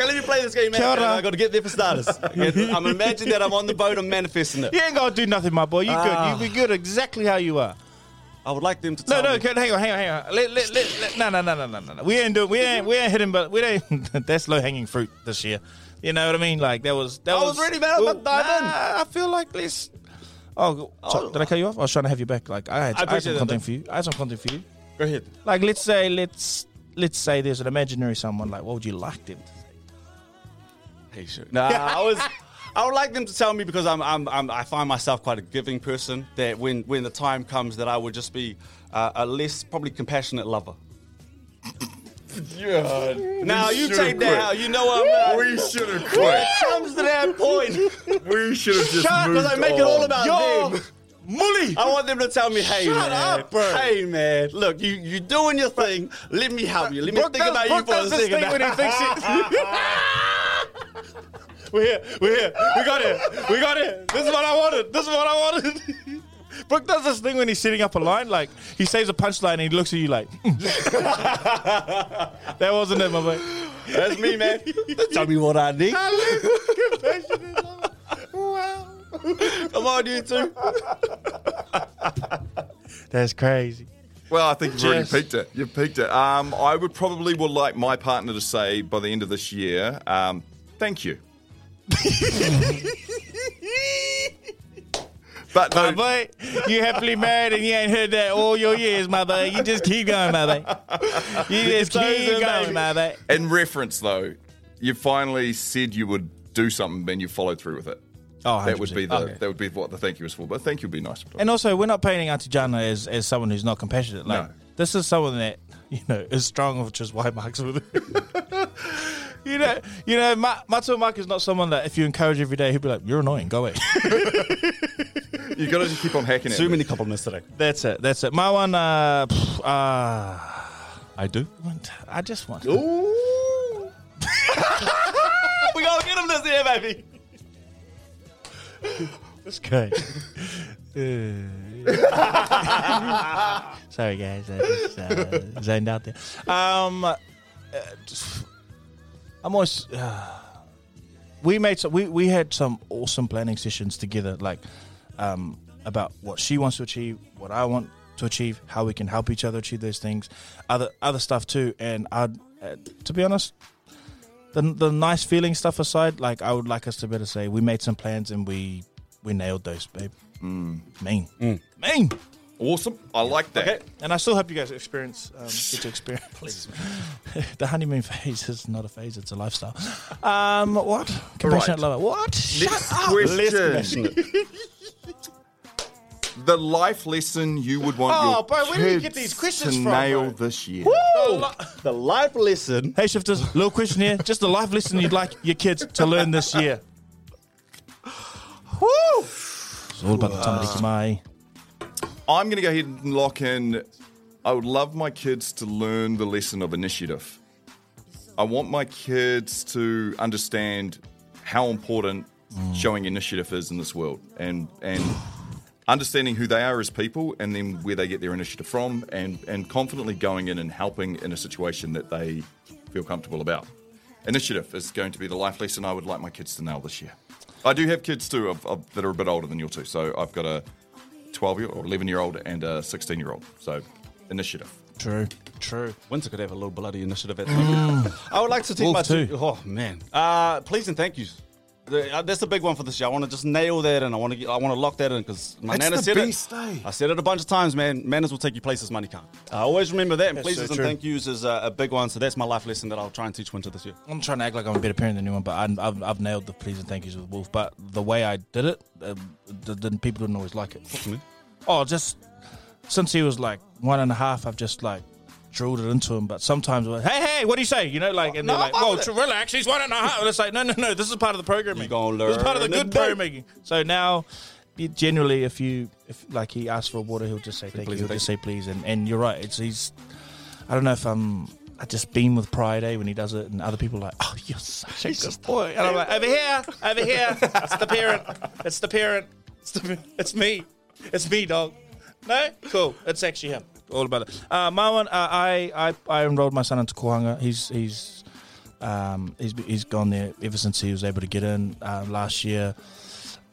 [SPEAKER 1] let me play this game, man.
[SPEAKER 2] Kia ora.
[SPEAKER 1] I got to get there for starters. Okay, I'm imagining that I'm on the boat. I'm manifesting it.
[SPEAKER 2] You ain't gonna do nothing, my boy. You
[SPEAKER 1] Ah.
[SPEAKER 2] good. You be good exactly how you are.
[SPEAKER 1] I would like them to.
[SPEAKER 2] No,
[SPEAKER 1] Tell
[SPEAKER 2] no,
[SPEAKER 1] me.
[SPEAKER 2] okay, hang on, hang on, hang on. Let, let, let, let, no, no, no, no, no, no, no. We ain't doing. We ain't. We ain't hitting. But we ain't. that's low hanging fruit this year. You know what I mean? Like that was. That
[SPEAKER 1] I was ready, man. I'm about to dive in.
[SPEAKER 2] nah, I feel like let's. Oh, so- did I cut you off? I was trying to have you back. Like I
[SPEAKER 1] I
[SPEAKER 2] had, I had
[SPEAKER 1] appreciate
[SPEAKER 2] some
[SPEAKER 1] that, man.
[SPEAKER 2] content for you. I had some content for you.
[SPEAKER 1] Go ahead.
[SPEAKER 2] Like let's say let's let's say there's an imaginary someone. Like what would you like them? to say?
[SPEAKER 1] Hey, sure. Nah, I was. I would like them to tell me because I'm, I'm, I'm, I find myself quite a giving person. That when, when the time comes, that I would just be uh, a less probably compassionate lover.
[SPEAKER 3] you?
[SPEAKER 1] Now you
[SPEAKER 3] should've
[SPEAKER 1] take that
[SPEAKER 3] quit.
[SPEAKER 1] out. You know what I'm like.
[SPEAKER 3] We should have quit.
[SPEAKER 1] comes to that point,
[SPEAKER 3] We should have just
[SPEAKER 1] shut because
[SPEAKER 3] moved
[SPEAKER 1] I make it all about
[SPEAKER 2] Yo,
[SPEAKER 1] them.
[SPEAKER 2] Mully.
[SPEAKER 1] I want them to tell me, hey
[SPEAKER 2] Shut
[SPEAKER 1] man,
[SPEAKER 2] up, bro.
[SPEAKER 1] hey man, look, you you doing your thing. Let me help you. Let me
[SPEAKER 2] Brooke
[SPEAKER 1] think
[SPEAKER 2] does-
[SPEAKER 1] about
[SPEAKER 2] Brooke
[SPEAKER 1] you for a
[SPEAKER 2] does this
[SPEAKER 1] second.
[SPEAKER 2] thing when he thinks We're here. We're here. We got it. We got it. This is what I wanted. This is what I wanted. Brooke does this thing when he's setting up a line. Like, he says a punchline and he looks at you like, "Hmm." that wasn't it, my boy.
[SPEAKER 1] That's me, man. tell me what I need. Come on, you two.
[SPEAKER 2] That's crazy.
[SPEAKER 3] Well, I think you've already
[SPEAKER 2] Just-
[SPEAKER 3] peaked it. You've peaked it. Um, I would probably would like my partner to say by the end of this year, um, thank you. but
[SPEAKER 2] My
[SPEAKER 3] no,
[SPEAKER 2] boy, you happily married and you ain't heard that all your years, my boy. You just keep going, my boy. You just
[SPEAKER 1] It's
[SPEAKER 2] keep
[SPEAKER 1] over, baby.
[SPEAKER 2] going, my boy.
[SPEAKER 3] in reference though, you finally said you would do something, and you followed through with it.
[SPEAKER 2] Oh,
[SPEAKER 3] That would be the
[SPEAKER 2] Okay.
[SPEAKER 3] that would be what the thank you was for. But thank you would be nice.
[SPEAKER 2] And also, we're not painting Auntie Jana as, as someone who's not compassionate. Like,
[SPEAKER 3] No.
[SPEAKER 2] this is someone that, you know, is strong, which is why Mark's with her. you know, you know, Ma- Matua Mark is not someone that if you encourage every day, he'll be like, you're annoying, go away.
[SPEAKER 3] you got to just keep on hacking it.
[SPEAKER 1] Too many compliments today.
[SPEAKER 2] that's it, that's it. My one, uh, pff, uh, I do. I just want.
[SPEAKER 1] We gonna get him this year, baby.
[SPEAKER 2] It's good. Sorry, guys. I just uh, zoned out there. Um, uh, just- I'm always. Uh, we made some, we we had some awesome planning sessions together, like um, about what she wants to achieve, what I want to achieve, how we can help each other achieve those things, other other stuff too. And I, uh, to be honest, the the nice feeling stuff aside, like I would like us to better say we made some plans and we we nailed those, babe. Mean, mean.
[SPEAKER 3] Awesome. I like that.
[SPEAKER 1] Okay.
[SPEAKER 2] And I still hope you guys experience um, get to experience. the honeymoon phase is not a phase; it's a lifestyle. Um, what compassionate
[SPEAKER 3] All right.
[SPEAKER 2] lover? What?
[SPEAKER 3] Next
[SPEAKER 2] Shut up.
[SPEAKER 3] question. The life lesson you would want
[SPEAKER 2] Oh,
[SPEAKER 3] your
[SPEAKER 2] bro, where do you get
[SPEAKER 3] kids
[SPEAKER 2] these questions
[SPEAKER 3] to
[SPEAKER 2] from,
[SPEAKER 3] nail
[SPEAKER 2] bro?
[SPEAKER 3] this year.
[SPEAKER 1] The life lesson.
[SPEAKER 2] Hey shifters, little questionnaire. Just a life lesson you'd like your kids to learn this year.
[SPEAKER 1] Woo!
[SPEAKER 2] It's all about the tamariki mai.
[SPEAKER 3] I'm going to go ahead and lock in. I would love my kids to learn the lesson of initiative. I want my kids to understand how important showing initiative is in this world and and understanding who they are as people and then where they get their initiative from and and confidently going in and helping in a situation that they feel comfortable about. Initiative is going to be the life lesson I would like my kids to nail this year. I do have kids too of, of, that are a bit older than your two, so I've got a 12 year old, 11 year old, and a 16 year old. So, initiative.
[SPEAKER 2] True, true.
[SPEAKER 1] Winter could have a little bloody initiative at the moment. I would like to take
[SPEAKER 2] Wolf
[SPEAKER 1] my two
[SPEAKER 2] Mm. too.
[SPEAKER 1] oh man. Uh, please and thank yous. The- uh, That's the big one for this year. I want to just nail that in. I want to. I want to lock that in because my
[SPEAKER 3] That's
[SPEAKER 1] nana
[SPEAKER 3] the
[SPEAKER 1] said
[SPEAKER 3] best,
[SPEAKER 1] it.
[SPEAKER 3] eh?
[SPEAKER 1] I said it a bunch of times, man. Manners will take you places money can't. I always remember that. And
[SPEAKER 2] That's
[SPEAKER 1] pleases
[SPEAKER 2] so
[SPEAKER 1] and
[SPEAKER 2] true.
[SPEAKER 1] thank yous is uh, a big one. So that's my life lesson that I'll try and teach Winter this year.
[SPEAKER 2] I'm trying to act like I'm a better parent than anyone, but I'm, I've, I've nailed the please and thank yous with Wolf. But the way I did it, uh, the, the, people didn't always like it.
[SPEAKER 1] me?
[SPEAKER 2] Oh, just since he was like one and a half, I've just like drilled it into him. But sometimes, we're like, hey, hey, what do you say? You know, like, and
[SPEAKER 1] No,
[SPEAKER 2] they're like,
[SPEAKER 1] I'm
[SPEAKER 2] oh,
[SPEAKER 1] with it."
[SPEAKER 2] relax, he's one and a half. And it's like, no, no, no, this is part of the programming.
[SPEAKER 1] You gonna
[SPEAKER 2] This is part of the
[SPEAKER 1] learn
[SPEAKER 2] good
[SPEAKER 1] today.
[SPEAKER 2] programming. So now, you- generally, if you, if like he asks for water, he'll just say thank
[SPEAKER 1] please
[SPEAKER 2] you, he'll
[SPEAKER 1] and
[SPEAKER 2] just say please. And, and you're right, it's he's, I don't know if I'm. I just beam with pride, eh, when he does it, and other people are like, oh, you're such a good boy. And I'm like, over here, over here, it's the parent, it's the parent, it's, the, it's me, it's me, dog. No? Cool, it's actually him. All about it. Uh, my one, uh, I, I, I enrolled my son into Kohanga. He's, he's, um, he's, he's gone there ever since he was able to get in uh, last year.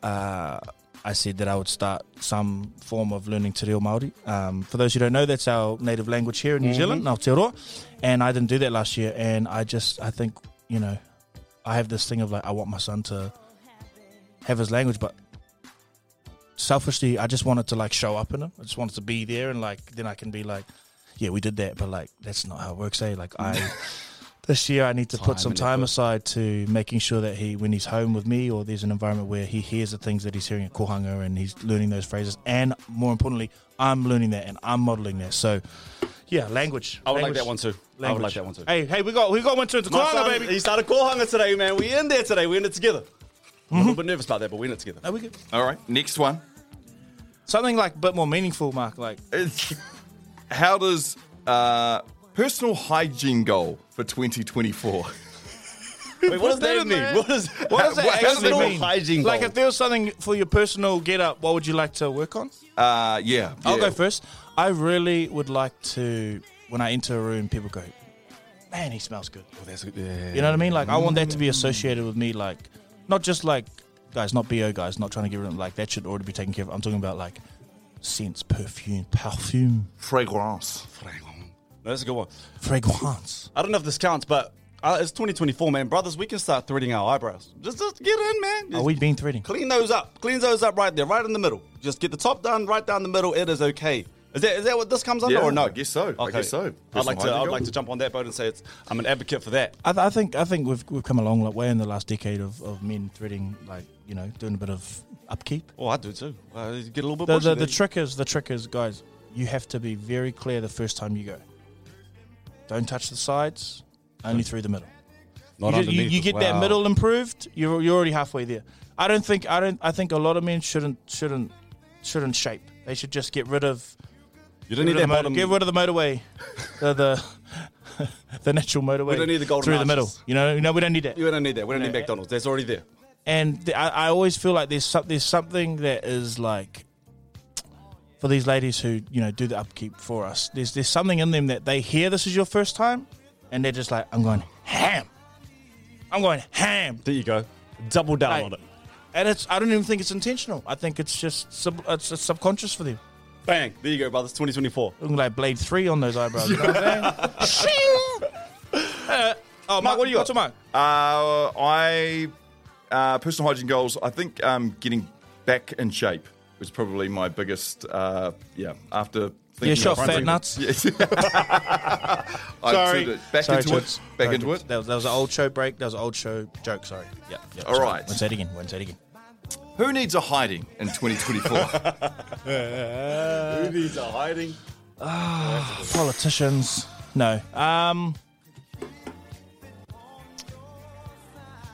[SPEAKER 2] Uh, I said that I would start some form of learning Te Reo Māori. Um, for those who don't know, that's our native language here in New Zealand, Aotearoa. And I didn't do that last year. And I just, I think, you know, I have this thing of like, I want my son to have his language, but selfishly, I just wanted to like show up in him. I just wanted to be there, and like then I can be like, yeah, we did that, but like that's not how it works. Eh? Like I, this year I need to put some time aside to making sure that he, when he's home with me, or there's an environment where he hears the things that he's hearing at Kohanga, and he's learning those phrases, and more importantly, I'm learning that and I'm modeling that. So. Yeah, language.
[SPEAKER 1] I would like
[SPEAKER 2] Language.
[SPEAKER 1] that one too. I would like that one too.
[SPEAKER 2] Hey, hey, we got we got one too. It's
[SPEAKER 1] My
[SPEAKER 2] Kohanga,
[SPEAKER 1] son,
[SPEAKER 2] baby.
[SPEAKER 1] He started Kohanga today, man. We in there today. We're in it together. I'm a
[SPEAKER 2] Mm-hmm.
[SPEAKER 1] little bit nervous about that, but we're in it together.
[SPEAKER 2] Are we good?
[SPEAKER 3] All right, next one.
[SPEAKER 2] Something like a bit more meaningful, Mark. Like
[SPEAKER 3] It's- How does uh, personal hygiene goal for 2024?
[SPEAKER 1] Wait, what does
[SPEAKER 2] Put that
[SPEAKER 1] that
[SPEAKER 2] in
[SPEAKER 1] mean?
[SPEAKER 2] there.
[SPEAKER 1] What is
[SPEAKER 2] What does
[SPEAKER 3] What
[SPEAKER 2] that
[SPEAKER 3] does
[SPEAKER 2] actually
[SPEAKER 3] it all
[SPEAKER 2] mean?
[SPEAKER 1] hygiene
[SPEAKER 2] like,
[SPEAKER 1] goal?
[SPEAKER 2] if there was something for your personal get up, what would you like to work on?
[SPEAKER 3] Uh, yeah,
[SPEAKER 2] I'll
[SPEAKER 3] yeah.
[SPEAKER 2] go first. I really would like to, when I enter a room, people go, man, he smells good.
[SPEAKER 3] Oh,
[SPEAKER 2] You know what I mean? Like, I want that to
[SPEAKER 3] Mm.
[SPEAKER 2] be associated with me, like, not just like, guys, not BO guys, not trying to get rid of Like, that should already be taken care of. I'm talking about, like, scents, perfume, perfume,
[SPEAKER 3] Fragrance.
[SPEAKER 1] No, that's a good one.
[SPEAKER 2] fragrance.
[SPEAKER 1] I don't know if this counts, but uh, it's 2024, man. Brothers, we can start threading our eyebrows. Just, just get in, man.
[SPEAKER 2] Are
[SPEAKER 1] Just
[SPEAKER 2] we being threading?
[SPEAKER 1] Clean those up. Clean those up right there, right in the middle. Just get the top done right down the middle. It is okay. Is that, is that what this comes under
[SPEAKER 3] Yeah,
[SPEAKER 1] or no?
[SPEAKER 3] I guess so. I guess so.
[SPEAKER 1] I'd like to.
[SPEAKER 3] Personal
[SPEAKER 1] I'd
[SPEAKER 3] hygiene
[SPEAKER 1] like
[SPEAKER 3] goal.
[SPEAKER 1] to jump on that boat and say it's, I'm an advocate for that.
[SPEAKER 2] I, th- I think I think we've we've come a long like, way in the last decade of, of men threading like you know doing a bit of upkeep.
[SPEAKER 1] Oh, I do too. Uh, you get a little bit.
[SPEAKER 2] The
[SPEAKER 1] bushy
[SPEAKER 2] the,
[SPEAKER 1] there.
[SPEAKER 2] the trick is the trick is guys, you have to be very clear the first time you go. Don't touch the sides, only through the middle.
[SPEAKER 1] Not
[SPEAKER 2] you, ju- you,
[SPEAKER 1] underneath
[SPEAKER 2] you
[SPEAKER 1] as
[SPEAKER 2] get that
[SPEAKER 1] well.
[SPEAKER 2] middle improved, you're you're already halfway there. I don't think I don't I think a lot of men shouldn't shouldn't shouldn't shape. They should just get rid of
[SPEAKER 1] You don't need
[SPEAKER 2] Get rid, of
[SPEAKER 1] that
[SPEAKER 2] the motor,
[SPEAKER 1] bottom.
[SPEAKER 2] get rid of the motorway, the the, the natural motorway.
[SPEAKER 1] don't need the golden
[SPEAKER 2] through the middle.
[SPEAKER 1] arches.
[SPEAKER 2] You know, you know, we don't need that.
[SPEAKER 1] You don't need that. We don't need McDonald's. That's already there.
[SPEAKER 2] and th- I, I always feel like there's some, there's something that is like for these ladies who you know do the upkeep for us. There's there's something in them that they hear this is your first time, and they're just like, I'm going ham, I'm going ham,
[SPEAKER 1] There you go. Double down
[SPEAKER 2] Like-
[SPEAKER 1] on it.
[SPEAKER 2] and it's I don't even think it's intentional. I think it's just sub, it's, it's subconscious for them.
[SPEAKER 1] Bang. There you go, brothers. 2024.
[SPEAKER 2] Looking like Blade Three on those eyebrows. you know what I'm saying? Uh, oh, Mark, what do you got? What's
[SPEAKER 3] Uh, I uh, personal hygiene goals. I think um, getting back in shape was probably my biggest. Uh, yeah, after thinking
[SPEAKER 2] Yeah, sure,
[SPEAKER 3] about-
[SPEAKER 2] fat nuts.
[SPEAKER 3] Yeah. I
[SPEAKER 2] Sorry.
[SPEAKER 3] said it. back
[SPEAKER 2] Sorry,
[SPEAKER 3] into
[SPEAKER 2] Chooks.
[SPEAKER 3] it. Back
[SPEAKER 2] Sorry,
[SPEAKER 3] into
[SPEAKER 2] Chooks.
[SPEAKER 3] it.
[SPEAKER 2] That was, that was an old show break. That was an old show joke. Sorry. Yeah. yeah
[SPEAKER 3] All
[SPEAKER 2] sorry.
[SPEAKER 3] right.
[SPEAKER 2] Won't say it again. Won't say it again.
[SPEAKER 3] Who needs a hiding in 2024?
[SPEAKER 1] Who needs a hiding?
[SPEAKER 2] Politicians. No. Um.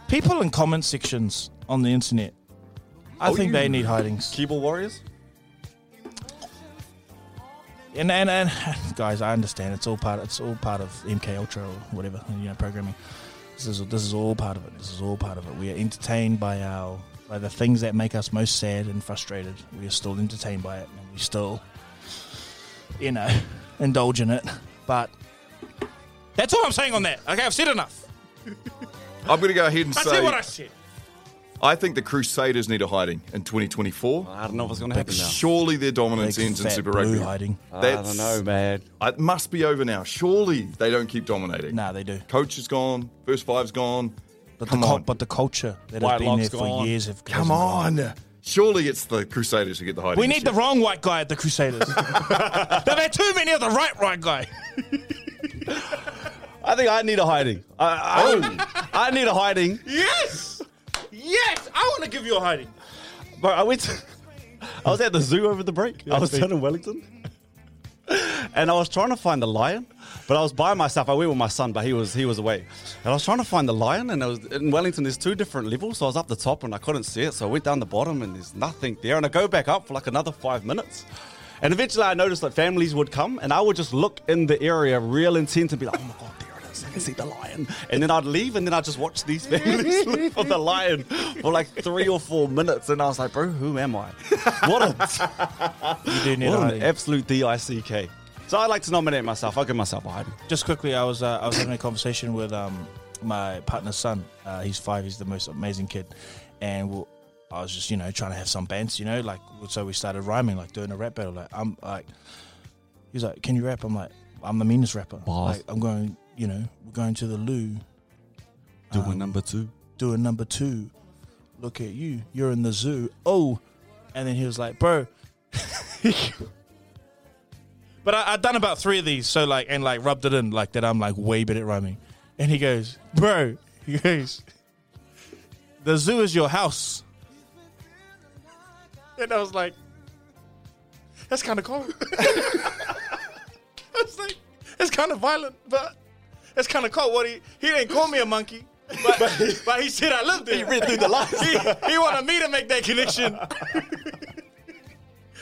[SPEAKER 2] People in comment sections on the internet. I
[SPEAKER 3] Oh,
[SPEAKER 2] think they need hidings.
[SPEAKER 1] Keyboard warriors.
[SPEAKER 2] And, and and guys, I understand it's all part. It's all part of MK Ultra or whatever you know programming. This is this is all part of it. This is all part of it. We are entertained by our by the things that make us most sad and frustrated. We are still entertained by it, and we still, you know, indulge in it. But that's all I'm saying on that. Okay, I've said enough.
[SPEAKER 3] I'm going to go ahead and
[SPEAKER 2] I said
[SPEAKER 3] say
[SPEAKER 2] what I said.
[SPEAKER 3] I think the Crusaders need a hiding in
[SPEAKER 2] Ah,
[SPEAKER 3] 2024.
[SPEAKER 1] I don't know what's going to happen now.
[SPEAKER 3] Surely their dominance
[SPEAKER 2] Big
[SPEAKER 3] ends in
[SPEAKER 2] fat
[SPEAKER 3] Super
[SPEAKER 2] blue
[SPEAKER 3] Rugby.
[SPEAKER 2] hiding.
[SPEAKER 1] I don't know, man.
[SPEAKER 3] It must be over now. Surely they don't keep dominating.
[SPEAKER 2] Nah, they do.
[SPEAKER 3] Coach is gone. First five's gone.
[SPEAKER 2] But
[SPEAKER 3] Come
[SPEAKER 2] the cul-
[SPEAKER 3] on.
[SPEAKER 2] but the culture that
[SPEAKER 1] White
[SPEAKER 2] has been
[SPEAKER 1] lock's
[SPEAKER 2] there for
[SPEAKER 1] gone.
[SPEAKER 2] years have
[SPEAKER 3] Come
[SPEAKER 2] hasn't gone.
[SPEAKER 3] on. Surely it's the Crusaders who get the hiding.
[SPEAKER 2] We
[SPEAKER 3] this
[SPEAKER 2] need the
[SPEAKER 3] year.
[SPEAKER 2] wrong white guy at the Crusaders. They've had too many of the right white guy.
[SPEAKER 1] I think I need a hiding. I, I, I need a hiding.
[SPEAKER 2] Oh. Yes! Yes! I want to give you a hiding.
[SPEAKER 1] Bro, I went. To, I was at the zoo over the break. I was down in Wellington, and I was trying to find the lion, but I was by myself. I went with my son, but he was he was away, and I was trying to find the lion. And I was in Wellington. There's two different levels, so I was up the top and I couldn't see it. So I went down the bottom, and there's nothing there. And I go back up for like another five minutes. And eventually, I noticed that families would come, and I would just look in the area real intent and be like, "Oh my god, there because I can see the lion. And then I'd leave and then I'd just watch these families look for the lion for like three or four minutes. And I was like, bro, who am I? What, a,
[SPEAKER 2] You do need a
[SPEAKER 1] what an
[SPEAKER 2] hiding.
[SPEAKER 1] absolute D-I-C-K. So I'd like to nominate myself. I'll give myself a hiding.
[SPEAKER 2] Just quickly, I was uh, I was having a conversation with um, my partner's son. Uh, he's five. He's the most amazing kid, and we'll, I was just you know trying to have some bands, you know, like so we started rhyming, like doing a rap battle. Like I'm like, he's like, can you rap? I'm like, I'm the meanest rapper.
[SPEAKER 1] Bars.
[SPEAKER 2] Like I'm going, you know, we're going to the loo,
[SPEAKER 1] Doing number two.
[SPEAKER 2] doing number two. Look at you, you're in the zoo. Oh, and then he was like, bro. but I, I done about three of these, so like and like rubbed it in like that. I'm like way better at rhyming. And he goes, bro. He goes, the zoo is your house. And I was like, that's kind of cold. It's like it's kind of violent, but it's kind of cold. What he he didn't call me a monkey, but, but, he said I lived there. He read through the lines. he, wanted me to make that connection.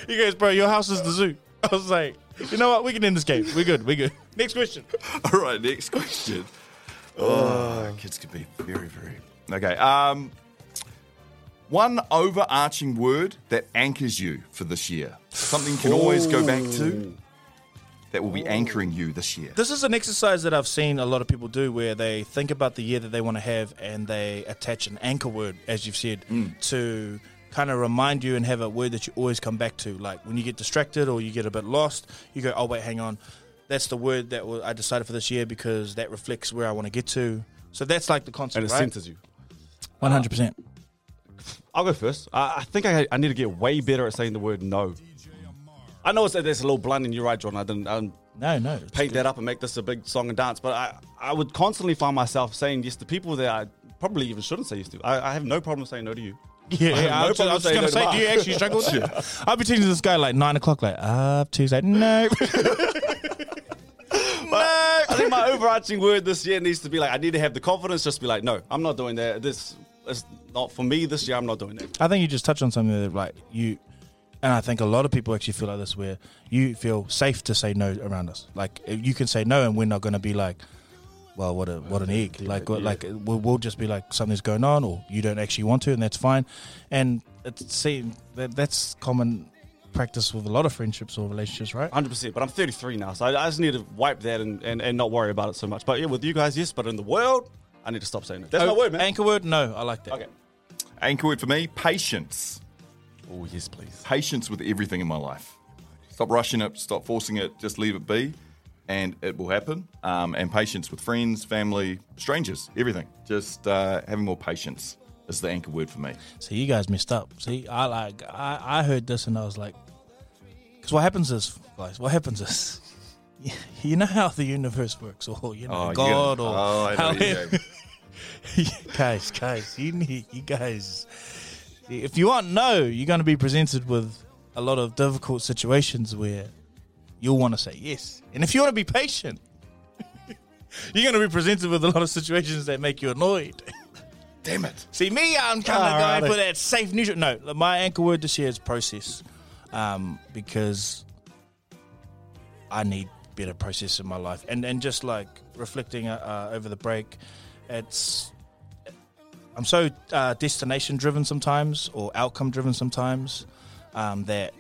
[SPEAKER 2] he goes, bro, your house is the zoo. I was like, you know what? We can end this game. We're good. We're good. Next question.
[SPEAKER 3] All right, next question. Oh, kids could be very, very. Okay. Um, one overarching word that anchors you for this year. Something you can always go back to that will be anchoring you this year.
[SPEAKER 2] This is an exercise that I've seen a lot of people do where they think about the year that they want to have and they attach an anchor word, as you've said,
[SPEAKER 1] Hmm.
[SPEAKER 2] to kind of remind you and have a word that you always come back to. Like when you get distracted or you get a bit lost, you go, oh, wait, hang on. That's the word that wa- I decided for this year because that reflects where I want to get to. So that's like the concept,
[SPEAKER 1] And it
[SPEAKER 2] right?
[SPEAKER 1] centers you.
[SPEAKER 2] 100%.
[SPEAKER 1] I'll go first. I, I think I, I need to get way better at saying the word no. I know it's, there's a little blunt, and you're right, John. I didn't, I didn't
[SPEAKER 2] No, no. it's
[SPEAKER 1] paint that up and make this a big song and dance, but I, I would constantly find myself saying yes to people that I probably even shouldn't say yes to. I, I have no problem saying no to you.
[SPEAKER 2] Yeah,
[SPEAKER 1] have
[SPEAKER 2] I,
[SPEAKER 1] no
[SPEAKER 2] was just, I was
[SPEAKER 1] problem
[SPEAKER 2] just gonna
[SPEAKER 1] saying
[SPEAKER 2] say, do you
[SPEAKER 1] no
[SPEAKER 2] actually struggle with that? I'll be teaching this guy like nine o'clock, like up to. He's like, no. no.
[SPEAKER 1] I think my overarching word this year needs to be like I need to have the confidence just to be like, no, I'm not doing that. This is not for me this year. I'm not doing that.
[SPEAKER 2] I think you just touched on something that like you, and I think a lot of people actually feel like this, where you feel safe to say no around us. Like if you can say no, and we're not going to be like, well, what a what an egg. Like what, like we'll, we'll just be like something's going on, or you don't actually want to, and that's fine. And it's see that that's common practice with a lot of friendships or relationships, right?
[SPEAKER 1] 100%. But I'm 33 now, so I, I just need to wipe that and, and, and not worry about it so much. But yeah, with you guys, yes. But in the world, I need to stop saying it. That's my
[SPEAKER 2] Oh,
[SPEAKER 1] word, man.
[SPEAKER 2] Anchor word? No, I like that.
[SPEAKER 1] okay.
[SPEAKER 3] Anchor word for me patience.
[SPEAKER 1] Oh yes, please.
[SPEAKER 3] Patience with everything in my life. Stop rushing it, stop forcing it, just leave it be, and it will happen. Um, and patience with friends, family, strangers, everything. Just uh, having more patience is the anchor word for me.
[SPEAKER 2] See, you guys messed up. See, I like I, I heard this and I was like, because what happens is, guys, what happens is, you know how the universe works, or you know
[SPEAKER 3] you
[SPEAKER 2] God,
[SPEAKER 3] gotta-
[SPEAKER 2] or
[SPEAKER 3] oh, I know,
[SPEAKER 2] how,
[SPEAKER 3] yeah.
[SPEAKER 2] guys, guys, you need, you guys, if you want no, you're going to be presented with a lot of difficult situations where you'll want to say yes, and if you want to be patient, you're going to be presented with a lot of situations that make you annoyed.
[SPEAKER 3] Damn it.
[SPEAKER 2] See me, I'm kind of
[SPEAKER 1] Alrighty.
[SPEAKER 2] going for that safe neutral. No, my anchor word this year is process, um, because I need better process in my life, and and just like reflecting uh, uh, over the break, it's I'm so uh, destination driven sometimes or outcome driven sometimes um, that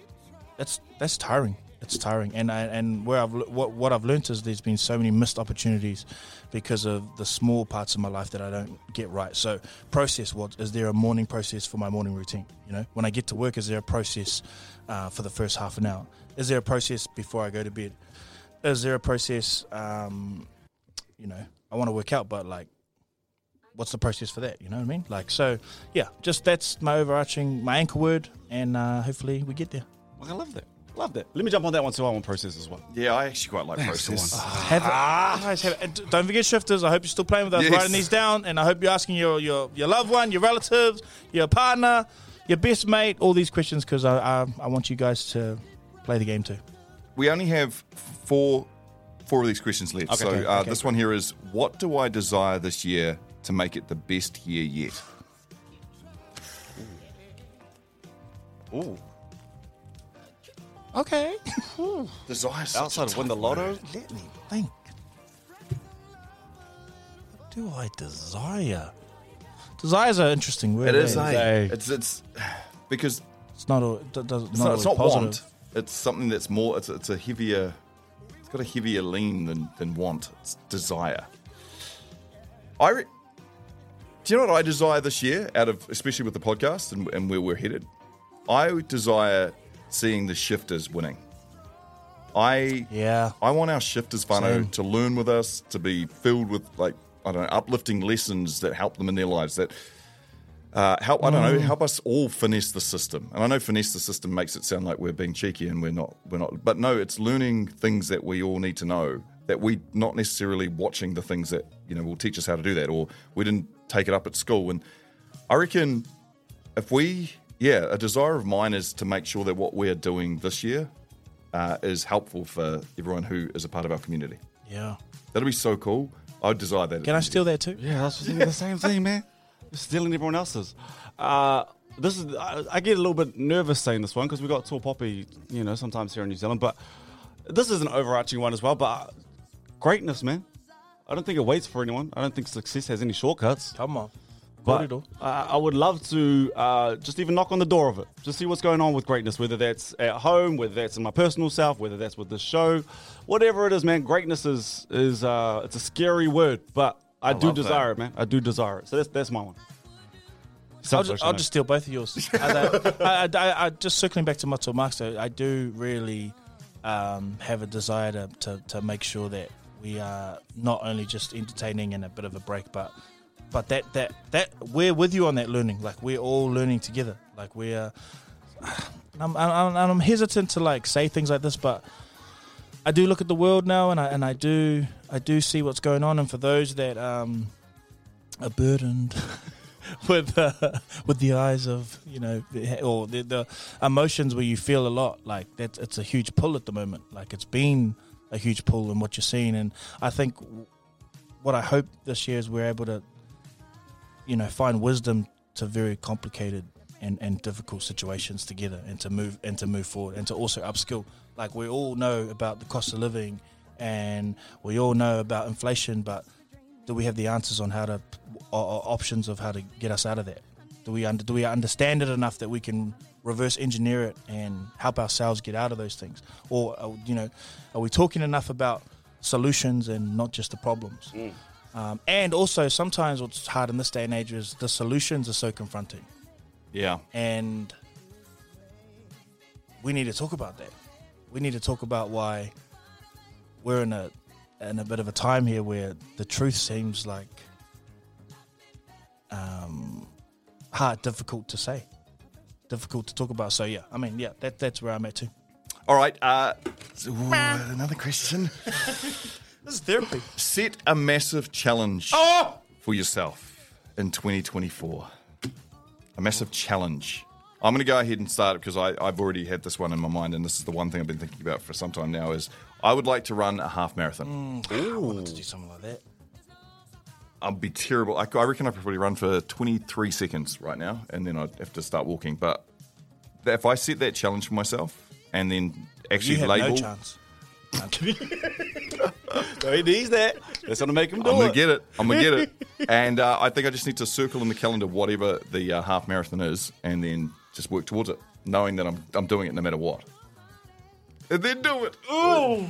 [SPEAKER 2] that's that's tiring. It's tiring, and I, and where I've le- what what I've learnt is there's been so many missed opportunities because of the small parts of my life that I don't get right. So process what is there a morning process for my morning routine? You know, when I get to work, is there a process uh, for the first half an hour? Is there a process before I go to bed? Is there a process? Um, you know, I want to work out, but like, what's the process for that? You know what I mean? Like, so yeah, just that's my overarching my anchor word, and uh, hopefully we get there.
[SPEAKER 1] Well, I love that. Love that. Let me jump on that one too. I want process as well.
[SPEAKER 3] Yeah, I actually quite like process.
[SPEAKER 2] Have, guys, have- and d- don't forget shifters. I hope you're still playing with us,
[SPEAKER 3] Yes.
[SPEAKER 2] writing these down, and I hope you're asking your, your, your loved one, your relatives, your partner, your best mate, all these questions because I, I I want you guys to play the game too.
[SPEAKER 3] We only have four four of these questions left. so uh,
[SPEAKER 2] okay.
[SPEAKER 3] this one here is what do I desire this year to make it the best year yet?
[SPEAKER 1] Ooh,
[SPEAKER 2] Okay.
[SPEAKER 3] Desire
[SPEAKER 1] outside of win the lotto.
[SPEAKER 2] Let me think. do I desire? Desire's an interesting word.
[SPEAKER 3] It is,
[SPEAKER 2] eh?
[SPEAKER 3] eh? It's it's because
[SPEAKER 2] It's not all. It does, not,
[SPEAKER 3] it's not,
[SPEAKER 2] always
[SPEAKER 3] it's not
[SPEAKER 2] positive.
[SPEAKER 3] want. It's something that's more. It's it's a heavier. It's got a heavier lean than than want. It's desire. I. Re- do you know what I desire this year? Out of especially with the podcast and, and where we're headed, I desire seeing the shifters winning. I
[SPEAKER 2] Yeah.
[SPEAKER 3] I want our shifters, Fano,
[SPEAKER 2] Same.
[SPEAKER 3] to learn with us, to be filled with like I don't know, uplifting lessons that help them in their lives. That uh, help I don't
[SPEAKER 2] Mm.
[SPEAKER 3] know, help us all finesse the system. And I know finesse the system makes it sound like we're being cheeky and we're not. We're not. But no, it's learning things that we all need to know. That we not necessarily watching the things that you know will teach us how to do that, or we didn't take it up at school. And I reckon if we yeah a desire of mine is to make sure that what we're doing this year uh, is helpful for everyone who is a part of our community
[SPEAKER 2] Yeah.
[SPEAKER 3] that'll be so cool i would desire that
[SPEAKER 2] Can I steal that too?
[SPEAKER 1] Yeah, that's thinking the same thing, man. You're stealing everyone else's. Uh, this is I, I get a little bit nervous saying this one because we got tall poppy, you know, sometimes here in New Zealand. But this is an overarching one as well. But greatness, man. I don't think it waits for anyone. I don't think success has any shortcuts.
[SPEAKER 2] Come on. Got
[SPEAKER 1] But
[SPEAKER 2] it all.
[SPEAKER 1] uh, I would love to uh, just even knock on the door of it, just see what's going on with greatness, whether that's at home, whether that's in my personal self, whether that's with this show, whatever it is, man. Greatness is is uh, it's a scary word, but I, do
[SPEAKER 3] love that.
[SPEAKER 1] desire it, man. I do desire it. So that's that's my one.
[SPEAKER 2] I'll just, I'll just steal both of yours. I, I, I- I- just circling back to my talk, Mark, so I do really um, have a desire to, to, to make sure that we are not only just entertaining and a bit of a break, but but that that that we're with you on that learning. Like we're all learning together. Like we're. I'm, I'm, I'm hesitant to like say things like this, but I do look at the world now, and I and I do I do see what's going on. And for those that um, are burdened with uh, with the eyes of you know the- or the, the emotions where you feel a lot like that it's a huge pull at the moment like it's been a huge pull in what you're seeing and i think w- what i hope this year is we're able to you know find wisdom to very complicated and, and difficult situations together and to move and to move forward and to also upskill like we all know about the cost of living and we all know about inflation but do we have the answers on how to or, or options of how to get us out of that do we under, do we understand it enough that we can reverse engineer it and help ourselves get out of those things or uh, you know are we talking enough about solutions and not just the problems um, and also sometimes what's hard in this day and age is the solutions are so confronting
[SPEAKER 3] yeah
[SPEAKER 2] and we need to talk about that. We need to talk about why we're in a in a bit of a time here where the truth seems like um, hard, difficult to say, difficult to talk about. So yeah, I mean, yeah, that that's where I'm at too.
[SPEAKER 3] all right uh, ooh, another question
[SPEAKER 2] This is therapy.
[SPEAKER 3] set a massive challenge for yourself in 2024 a massive challenge i'm going to go ahead and start it because I, i've already had this one in my mind and this is the one thing i've been thinking about for some time now is i would like to run a half marathon
[SPEAKER 2] I wanted to do something like that.
[SPEAKER 3] I'd be terrible. I, I reckon I could probably run for 23 seconds right now, and then I'd have to start walking. But if I set that challenge for myself, and then actually
[SPEAKER 2] You have
[SPEAKER 3] label,
[SPEAKER 2] no chance.
[SPEAKER 1] he needs that. That's gonna make him do
[SPEAKER 3] I'm
[SPEAKER 1] it.
[SPEAKER 3] gonna get it. I'm gonna get it. and uh, I think I just need to circle in the calendar whatever the uh, half marathon is, and then just work towards it, knowing that I'm I'm doing it no matter what. And then do it. Ooh.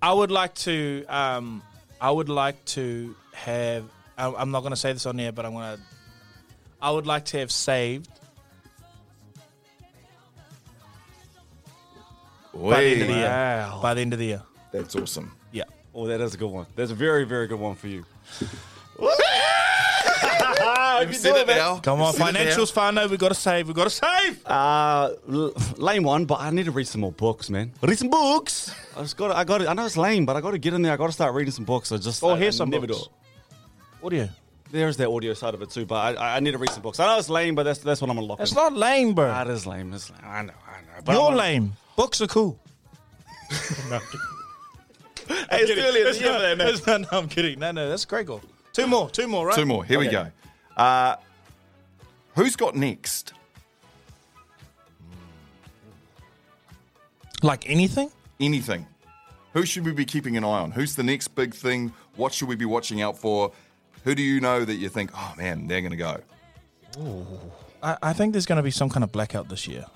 [SPEAKER 2] I would like to. Um, I would like to have. I, I'm not going to say this on air, but I'm going to. I would like to have saved by the end of the year.
[SPEAKER 1] Wow.
[SPEAKER 2] By the end of the year.
[SPEAKER 3] That's awesome.
[SPEAKER 2] Yeah.
[SPEAKER 1] Oh, that is a good one. That's a very very good one for you.
[SPEAKER 3] Have you said it now?
[SPEAKER 2] Come
[SPEAKER 3] You've
[SPEAKER 2] on,
[SPEAKER 3] said it now.
[SPEAKER 2] financials, Fano. We got to save. We got to save.
[SPEAKER 1] Uh, l- lame one, but I need to read some more books, man. Read some books. I just got. I got. I know it's lame, but I got to get in there. I got to start reading some books. I just.
[SPEAKER 2] Oh,
[SPEAKER 1] I,
[SPEAKER 2] here's
[SPEAKER 1] I
[SPEAKER 2] some
[SPEAKER 1] never do
[SPEAKER 2] books.
[SPEAKER 1] it.
[SPEAKER 2] Audio.
[SPEAKER 1] There's that audio side of it too, but I, I need to read some books. I know it's lame, but that's that's what I'm gonna lock.
[SPEAKER 2] That's
[SPEAKER 1] in.
[SPEAKER 2] not lame, bro.
[SPEAKER 1] That is lame. That's lame. I know. I know. But
[SPEAKER 2] You're
[SPEAKER 1] I'm-
[SPEAKER 2] lame. Books are cool.
[SPEAKER 1] Hey, it's early in the year for that, man.
[SPEAKER 2] no, no, I'm kidding. No, no, that's a great goal. Two more. Two more. Right.
[SPEAKER 3] Two more. Here we
[SPEAKER 2] Okay.
[SPEAKER 3] go. Uh, who's got next?
[SPEAKER 2] Like anything.
[SPEAKER 3] anything. Who should we be keeping an eye on? Who's the next big thing? What should we be watching out for? Who do you know that you think, oh man, they're going to go?
[SPEAKER 2] I, I think there's going to be some kind of blackout this year.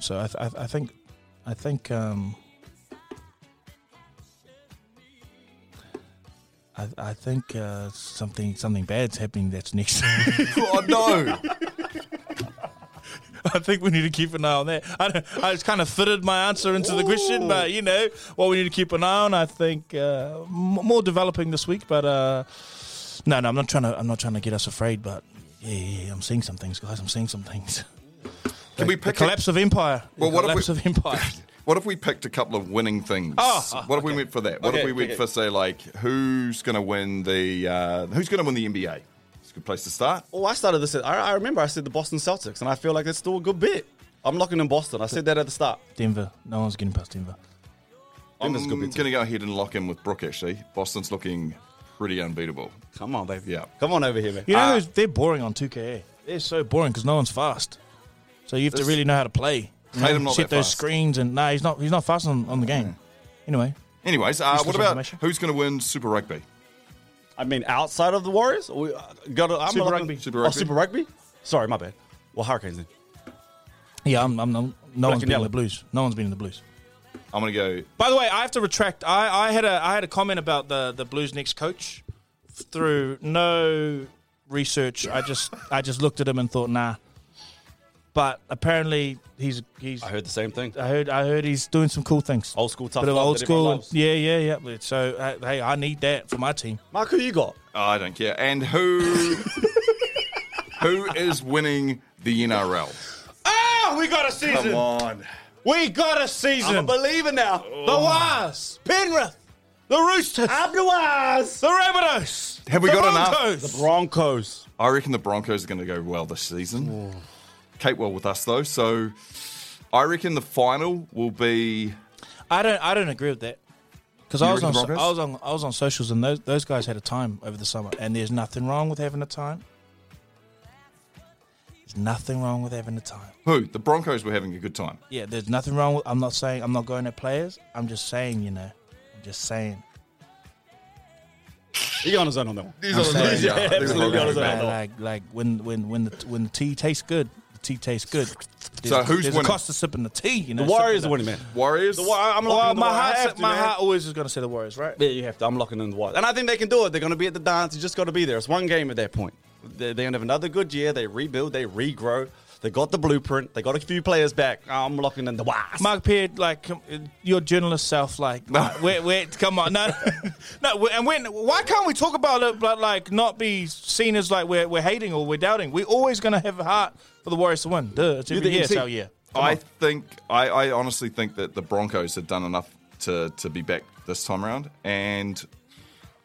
[SPEAKER 2] So I, th- I, th- I think, I think, um, I, I think uh, something something bad's happening that's next.
[SPEAKER 3] oh no!
[SPEAKER 2] I think we need to keep an eye on that. I, don't- I just kind of fitted my answer into the question, but you know what we need to keep an eye on. I think uh, m- more developing this week, but uh, no, no, I'm not trying to. I'm not trying to get us afraid, but yeah, yeah, yeah, I'm seeing some things, guys. I'm seeing some things.
[SPEAKER 3] Can we
[SPEAKER 2] The
[SPEAKER 3] pick?
[SPEAKER 2] collapse of empire.
[SPEAKER 3] Well,
[SPEAKER 2] the
[SPEAKER 3] what if
[SPEAKER 2] collapse
[SPEAKER 3] we-
[SPEAKER 2] of empire.
[SPEAKER 3] what if we picked a couple of winning things?
[SPEAKER 2] Oh, oh,
[SPEAKER 3] what if we went for that?
[SPEAKER 1] Ah,
[SPEAKER 3] What
[SPEAKER 1] Okay,
[SPEAKER 3] if we went
[SPEAKER 1] okay.
[SPEAKER 3] for say like who's going to win the uh, who's going to win the NBA? It's a good place to start.
[SPEAKER 1] Oh, I started this. I, I remember I said the Boston Celtics, and I feel like it's still a good bet. I'm locking in Boston. I said that at the start.
[SPEAKER 2] Denver. No one's getting past Denver.
[SPEAKER 3] I'm
[SPEAKER 1] Denver's a good
[SPEAKER 3] going
[SPEAKER 1] bet.
[SPEAKER 3] to go ahead and lock in with Brooke. Actually, Boston's looking pretty unbeatable.
[SPEAKER 1] Um, Come on, baby.
[SPEAKER 3] Yeah.
[SPEAKER 1] Come on over here, man.
[SPEAKER 2] You know,
[SPEAKER 3] Ah.
[SPEAKER 2] who's they're boring on 2K. They're so boring because no one's fast. So you have to
[SPEAKER 3] This-
[SPEAKER 2] really know how to play. You
[SPEAKER 3] Tatum
[SPEAKER 2] know,
[SPEAKER 3] not
[SPEAKER 2] set
[SPEAKER 3] that
[SPEAKER 2] those
[SPEAKER 3] fast. Mm-hmm.
[SPEAKER 2] screens and nah, he's not. He's not fast on, on the game. Anyway,
[SPEAKER 3] Anyways, uh,
[SPEAKER 2] Useless
[SPEAKER 3] what about
[SPEAKER 2] information.
[SPEAKER 3] who's going to win Super Rugby?
[SPEAKER 1] I mean, outside of the Warriors, we got to, I'm
[SPEAKER 3] Super
[SPEAKER 1] locking-
[SPEAKER 3] Rugby. Super
[SPEAKER 1] Oh,
[SPEAKER 3] Rugby.
[SPEAKER 1] Super Rugby. Sorry, my bad. Well, Hurricanes then.
[SPEAKER 2] yeah, I'm. I'm, I'm no
[SPEAKER 1] and
[SPEAKER 2] one's been in
[SPEAKER 1] yellow.
[SPEAKER 2] the Blues. No one's been in the Blues.
[SPEAKER 3] I'm going to go.
[SPEAKER 2] By the way, I have to retract. I, I had a I had a comment about the the Blues next coach through no research. I just I just looked at him and thought, nah. But apparently he's he's
[SPEAKER 1] I heard the same thing.
[SPEAKER 2] I heard I heard he's doing some cool things.
[SPEAKER 1] Old school tough
[SPEAKER 2] Bit of
[SPEAKER 1] love
[SPEAKER 2] old
[SPEAKER 1] that everyone
[SPEAKER 2] school.
[SPEAKER 1] loves.
[SPEAKER 2] Yeah, yeah, yeah. But So uh, hey, I need that for my team.
[SPEAKER 1] Mark, who you got?
[SPEAKER 3] I don't care. And who who is winning the NRL?
[SPEAKER 2] Ah, we got a season.
[SPEAKER 3] on.
[SPEAKER 2] We got a season.
[SPEAKER 1] I'm a believer now.
[SPEAKER 2] the Waz, Penrith, the Roosters,
[SPEAKER 1] Abduaz.
[SPEAKER 2] the Rabbitohs.
[SPEAKER 3] Have we
[SPEAKER 2] the
[SPEAKER 3] got enough?
[SPEAKER 2] Broncos.
[SPEAKER 1] Broncos.
[SPEAKER 3] I reckon the Broncos are going to go well this season. Capewell with us though, so I reckon the final will be.
[SPEAKER 2] I don't. I don't agree with that. Because
[SPEAKER 3] You
[SPEAKER 2] I was on,
[SPEAKER 3] reckon Broncos?
[SPEAKER 2] I was on, I was on socials, and those those guys had a time over the summer, and there's nothing wrong with having a time. There's nothing wrong with having a time.
[SPEAKER 3] Who? The Broncos were having a good time.
[SPEAKER 2] Yeah, there's nothing wrong with. I'm not saying I'm not going at players. I'm just saying, you know, I'm just saying.
[SPEAKER 1] He got on his own on that one.
[SPEAKER 3] I'm saying, yeah, they're
[SPEAKER 1] absolutely
[SPEAKER 3] going
[SPEAKER 1] honest
[SPEAKER 3] well.
[SPEAKER 1] about
[SPEAKER 2] Like, like, like when when when the when the tea tastes good, the tea tastes good. There's,
[SPEAKER 3] So who's
[SPEAKER 2] there's
[SPEAKER 3] winning?
[SPEAKER 2] a cost of sipping the tea. You know,
[SPEAKER 1] The Warriors are
[SPEAKER 2] sipping
[SPEAKER 1] winning, man.
[SPEAKER 3] Warriors.
[SPEAKER 1] The, Wa- I'm
[SPEAKER 2] the- Well,
[SPEAKER 1] locking in the
[SPEAKER 2] my
[SPEAKER 1] Warriors.
[SPEAKER 2] heart,
[SPEAKER 1] I have to,
[SPEAKER 2] my
[SPEAKER 1] man.
[SPEAKER 2] heart always is going to say the Warriors, right?
[SPEAKER 1] Yeah, you have to. I'm locking in the Warriors. And I think they can do it. They're going to be at the dance. You just got to be there. It's one game at that point. They're, they're going to have another good year. They rebuild. They regrow. They got the blueprint. They got a few players back. I'm locking in the Waz.
[SPEAKER 2] Mark Peard, like come- uh, your journalist self, like, like wait, wait, come on, no, no, no, we- and when, why can't we talk about it, but like not be seen as like we're, we're hating or we're doubting? We're always gonna have a heart for the Warriors to win. Duh, it's every
[SPEAKER 1] the
[SPEAKER 2] year,
[SPEAKER 1] MC.
[SPEAKER 2] so yeah.
[SPEAKER 3] I think I, I honestly think that the Broncos have done enough to to be back this time around, and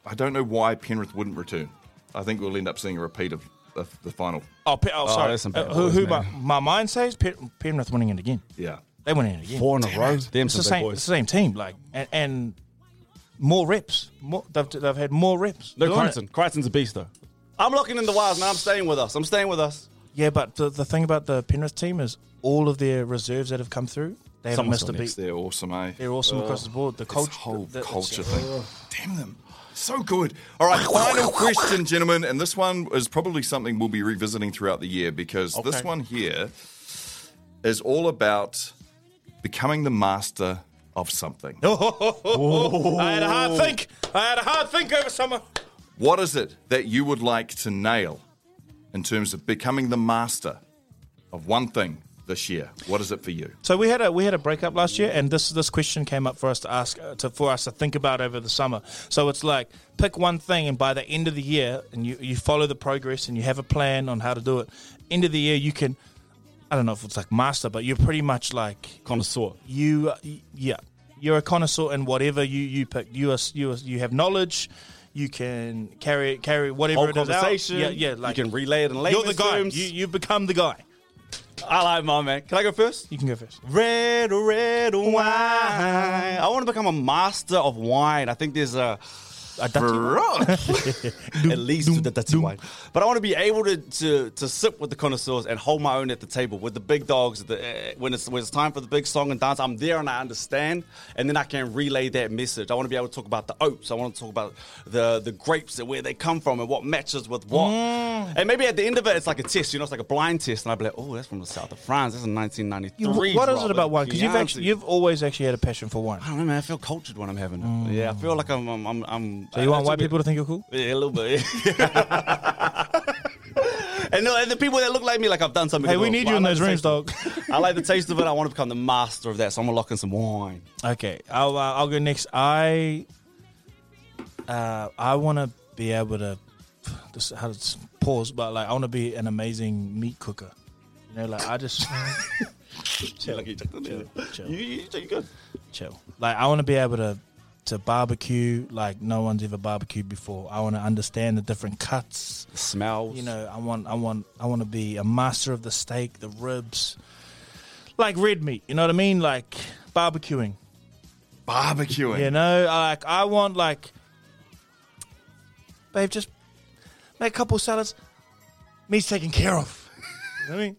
[SPEAKER 3] I don't know why Penrith wouldn't return. I think we'll end up seeing a repeat of, of the final.
[SPEAKER 2] Oh, Pe- oh, sorry.
[SPEAKER 1] that's some bad
[SPEAKER 2] Uh, who,
[SPEAKER 1] boys,
[SPEAKER 2] who
[SPEAKER 1] man.
[SPEAKER 2] my, my mind says Pen- Penrith winning it again.
[SPEAKER 3] Yeah,
[SPEAKER 2] They winning it again.
[SPEAKER 1] Four in a row. Them
[SPEAKER 2] It's
[SPEAKER 1] some big
[SPEAKER 2] the same. It's
[SPEAKER 1] boys.
[SPEAKER 2] the same team, like and, and more reps. More, they've, they've had more reps.
[SPEAKER 1] No,
[SPEAKER 2] doing it.
[SPEAKER 1] Crichton. Crichton's a beast, though. I'm locking in the Waz, man. I'm staying with us. I'm staying with us.
[SPEAKER 2] Yeah, but the, the thing about the Penrith team is all of their reserves that have come through, they haven't
[SPEAKER 1] Someone's
[SPEAKER 2] missed a
[SPEAKER 1] still
[SPEAKER 2] beat.
[SPEAKER 3] they're awesome, eh?
[SPEAKER 2] They're awesome across the board. The
[SPEAKER 3] This
[SPEAKER 2] culture,
[SPEAKER 3] whole
[SPEAKER 2] the- the-
[SPEAKER 3] culture thing. Damn them. So good. All right, final question, gentlemen, and this one is probably something we'll be revisiting throughout the year because this one here is all about becoming the master of something.
[SPEAKER 2] Oh, I had a hard think. I had a hard think over summer.
[SPEAKER 3] What is it that you would like to nail in terms of becoming the master of one thing this year? What is it for you?
[SPEAKER 2] So we had a we had a breakup last year, and this this question came up for us to ask uh, to for us to think about over the summer. So it's like pick one thing, and by the end of the year, and you you follow the progress, and you have a plan on how to do it. End of the year, you can. I don't know if it's like master, but you're pretty much like
[SPEAKER 1] Connoisseur.
[SPEAKER 2] you uh, y- yeah you're a connoisseur in whatever you you pick you are you are, you have knowledge you can carry carry whatever
[SPEAKER 1] Whole
[SPEAKER 2] it is out.
[SPEAKER 1] conversation.
[SPEAKER 2] yeah yeah like
[SPEAKER 1] you can relay it in layman's
[SPEAKER 2] you're the guy
[SPEAKER 1] terms.
[SPEAKER 2] you, you become the guy
[SPEAKER 1] I like my man. Can I go first?
[SPEAKER 2] you can go first
[SPEAKER 1] Red, red wine. I want to become a master of wine. I think there's a
[SPEAKER 2] A Dutchie
[SPEAKER 1] at least to the dirty wine. But I want to be able to, to to sip with the connoisseurs and hold my own at the table with the big dogs. The, uh, when it's when it's time for the big song and dance, I'm there and I understand, and then I can relay that message. I want to be able to talk about the oats. I want to talk about the the grapes and where they come from and what matches with what. And maybe at the end of it, it's like a test. You know, it's like a blind test, and I'd be like, oh, that's from the south of France. That's in 1993.
[SPEAKER 2] What is it about wine?
[SPEAKER 1] one?
[SPEAKER 2] Because you've actually, you've always actually had a passion for wine.
[SPEAKER 1] I don't know, man. I feel cultured when I'm having it. Yeah, I feel like I'm. I'm. I'm. I'm
[SPEAKER 2] Mm. So you want
[SPEAKER 1] it's a
[SPEAKER 2] white
[SPEAKER 1] bit-
[SPEAKER 2] people to think you're cool?
[SPEAKER 1] yeah, a little bit. and, no, and the people that look like me, like I've done something.
[SPEAKER 2] Hey, we
[SPEAKER 1] wrong.
[SPEAKER 2] need
[SPEAKER 1] But
[SPEAKER 2] you
[SPEAKER 1] I
[SPEAKER 2] in
[SPEAKER 1] like
[SPEAKER 2] those
[SPEAKER 1] the
[SPEAKER 2] rooms,
[SPEAKER 1] taste of-
[SPEAKER 2] dog.
[SPEAKER 1] I like the taste of it. I want to become the master of that, so I'm gonna lock in some wine.
[SPEAKER 2] Okay, I'll uh, I'll go next. I uh, I want to be able to this, how to s- pause, but like I want to be an amazing meat cooker. You know, like I just chill,
[SPEAKER 1] Like you took the
[SPEAKER 2] chill, chill,
[SPEAKER 1] You, you, you good?
[SPEAKER 2] chill. Like I want to be able to to barbecue like no one's ever barbecued before. I want to understand the different cuts.
[SPEAKER 1] The smells.
[SPEAKER 2] You know, I want I want I want to be a master of the steak, the ribs, like red meat. You know what I mean? Like barbecuing.
[SPEAKER 3] barbecuing.
[SPEAKER 2] You know, like I want like, babe, just make a couple salads. Meat's taken care of. You know what I mean,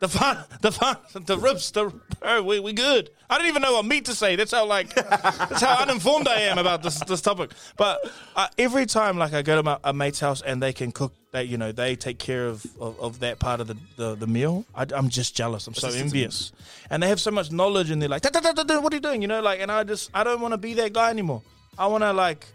[SPEAKER 2] the fun, the fun, the ribs, the bro, we we good. I don't even know what meat to say. That's how like that's how uninformed I am about this this topic. But uh, every time like I go to my a mate's house and they can cook. That you know, they take care of, of, of that part of the, the, the meal. I, am just jealous. I'm so envious, and they have so much knowledge, and they're like, "Da, da, da, da, da, "What are you doing?" You know, like, and I just I don't want to be that guy anymore. I want to like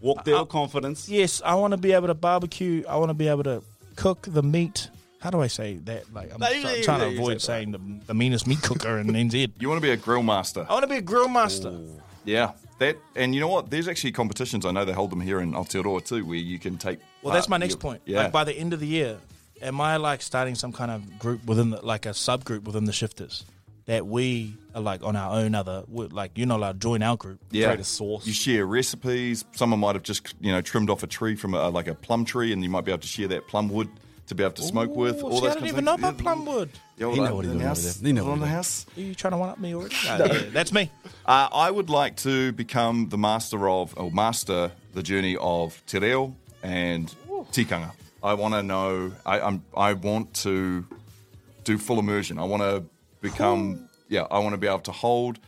[SPEAKER 1] Walk there
[SPEAKER 2] I-
[SPEAKER 1] with confidence.
[SPEAKER 2] Yes, I want to be able to barbecue. I want to be able to cook the meat. How do I say that? Like I'm
[SPEAKER 1] No,
[SPEAKER 2] try-
[SPEAKER 1] you- you-
[SPEAKER 2] trying
[SPEAKER 1] you
[SPEAKER 2] to avoid
[SPEAKER 1] say
[SPEAKER 2] saying the, the meanest meat cooker in NZ.
[SPEAKER 3] You want to be a grill master.
[SPEAKER 2] I want to be a grill master.
[SPEAKER 3] Yeah. That and you know what? There's actually competitions. I know they hold them here in Aotearoa too, where you can take.
[SPEAKER 2] Well,
[SPEAKER 3] part-
[SPEAKER 2] that's my next
[SPEAKER 3] you-
[SPEAKER 2] point.
[SPEAKER 3] uh, Yeah.
[SPEAKER 2] Like by the end of the year, am I like starting some kind of group within the, like a subgroup within the shifters that we are like on our own other we're, like you know like join our group.
[SPEAKER 3] yeah.
[SPEAKER 1] create a sauce.
[SPEAKER 3] You share recipes. Someone might have just you know trimmed off a tree from a, like a plum tree, and you might be able to share that plum wood to be able to smoke with.
[SPEAKER 2] Ooh,
[SPEAKER 3] All
[SPEAKER 2] see, I
[SPEAKER 3] those kinds
[SPEAKER 2] don't
[SPEAKER 3] of
[SPEAKER 2] even know
[SPEAKER 3] things.
[SPEAKER 2] about Plumwood.
[SPEAKER 3] Yeah, well,
[SPEAKER 1] He know
[SPEAKER 3] like
[SPEAKER 1] what he's doing
[SPEAKER 3] in the
[SPEAKER 1] over
[SPEAKER 3] house.
[SPEAKER 1] there. He know what
[SPEAKER 3] on the
[SPEAKER 1] he's doing.
[SPEAKER 3] house.
[SPEAKER 2] Are you trying to one up me already? No, yeah, that's me.
[SPEAKER 3] Uh, I would like to become the master of, or master the journey of Te Reo and Tikanga. I want to know, I, I'm, I want to do full immersion. I want to become, yeah, I want to be able to hold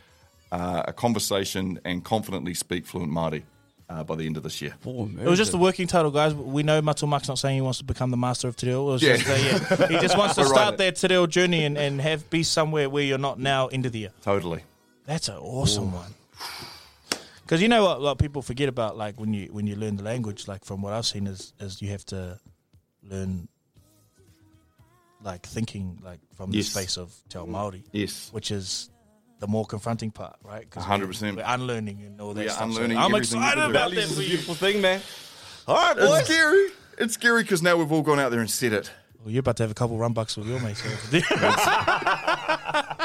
[SPEAKER 3] uh, a conversation and confidently speak fluent Māori uh, by the end of this year.
[SPEAKER 2] It was just the working title, guys. We know Matul Mark's not saying he wants to become the master of Te Reo. It was
[SPEAKER 3] Yeah.
[SPEAKER 2] just that, yeah. He just wants to
[SPEAKER 3] We're right
[SPEAKER 2] start
[SPEAKER 3] in
[SPEAKER 2] their Te Reo journey and, and have be somewhere where you're not now into the year.
[SPEAKER 3] Totally.
[SPEAKER 2] That's an awesome one. Because you know what, what people forget about, like when you when you learn the language, like from what I've seen, is is you have to learn like thinking like from
[SPEAKER 3] Yes.
[SPEAKER 2] the space of Te Ao Māori,
[SPEAKER 3] Yes.
[SPEAKER 2] which is the more confronting part, right? 'Cause
[SPEAKER 3] 100%.
[SPEAKER 2] We're unlearning and all that
[SPEAKER 3] We are
[SPEAKER 2] stuff. So
[SPEAKER 3] unlearning
[SPEAKER 2] I'm
[SPEAKER 3] everything you
[SPEAKER 2] excited
[SPEAKER 3] do.
[SPEAKER 2] about
[SPEAKER 1] Values is
[SPEAKER 2] that. for
[SPEAKER 1] a
[SPEAKER 2] you.
[SPEAKER 1] beautiful thing, man. All right,
[SPEAKER 3] It's
[SPEAKER 1] boys.
[SPEAKER 3] scary. It's scary because now we've all gone out there and said it.
[SPEAKER 2] Well, you're about to have a couple run bucks with your mates.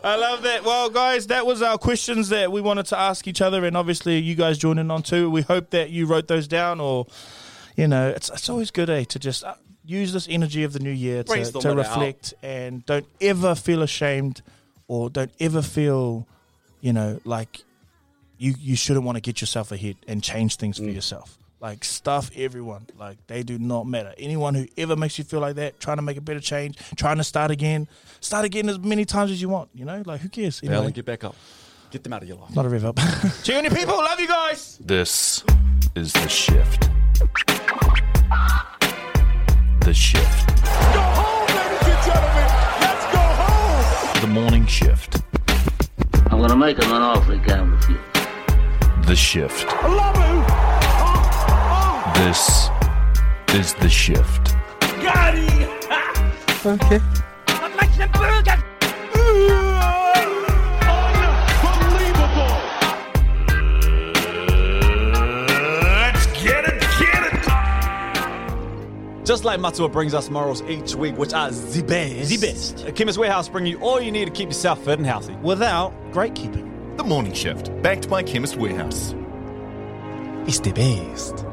[SPEAKER 2] I love that. Well, guys, that was our questions that we wanted to ask each other, and obviously you guys joining on too. We hope that you wrote those down, or you know, it's it's always good, eh, to just uh, use this energy of the new year to,
[SPEAKER 1] Brainstorm
[SPEAKER 2] to
[SPEAKER 1] it
[SPEAKER 2] reflect, and don't ever feel ashamed, or don't ever feel, you know, like you you shouldn't want to get yourself ahead and change things for yourself. Like stuff everyone. Like they do not matter. Anyone who ever makes you feel like that, trying to make a better change, trying to start again, start again as many times as you want. You know, like who cares?
[SPEAKER 1] Well,
[SPEAKER 2] Anyway,
[SPEAKER 1] get back up. Get them out of your life.
[SPEAKER 2] not a rev up. Cheer on your people. Love you guys.
[SPEAKER 5] This is the shift. The shift. Go home, ladies and gentlemen. Let's go home. The morning shift.
[SPEAKER 9] I'm gonna make him an offer he can refuse.
[SPEAKER 5] The shift. I love you. This is the shift.
[SPEAKER 1] Just like Matua brings us morals each week, which are the best.
[SPEAKER 2] The best.
[SPEAKER 1] At Chemist Warehouse, bring you all you need to keep yourself fit and healthy.
[SPEAKER 2] Without great keeping.
[SPEAKER 3] The morning shift, backed by Chemist Warehouse.
[SPEAKER 1] It's the best.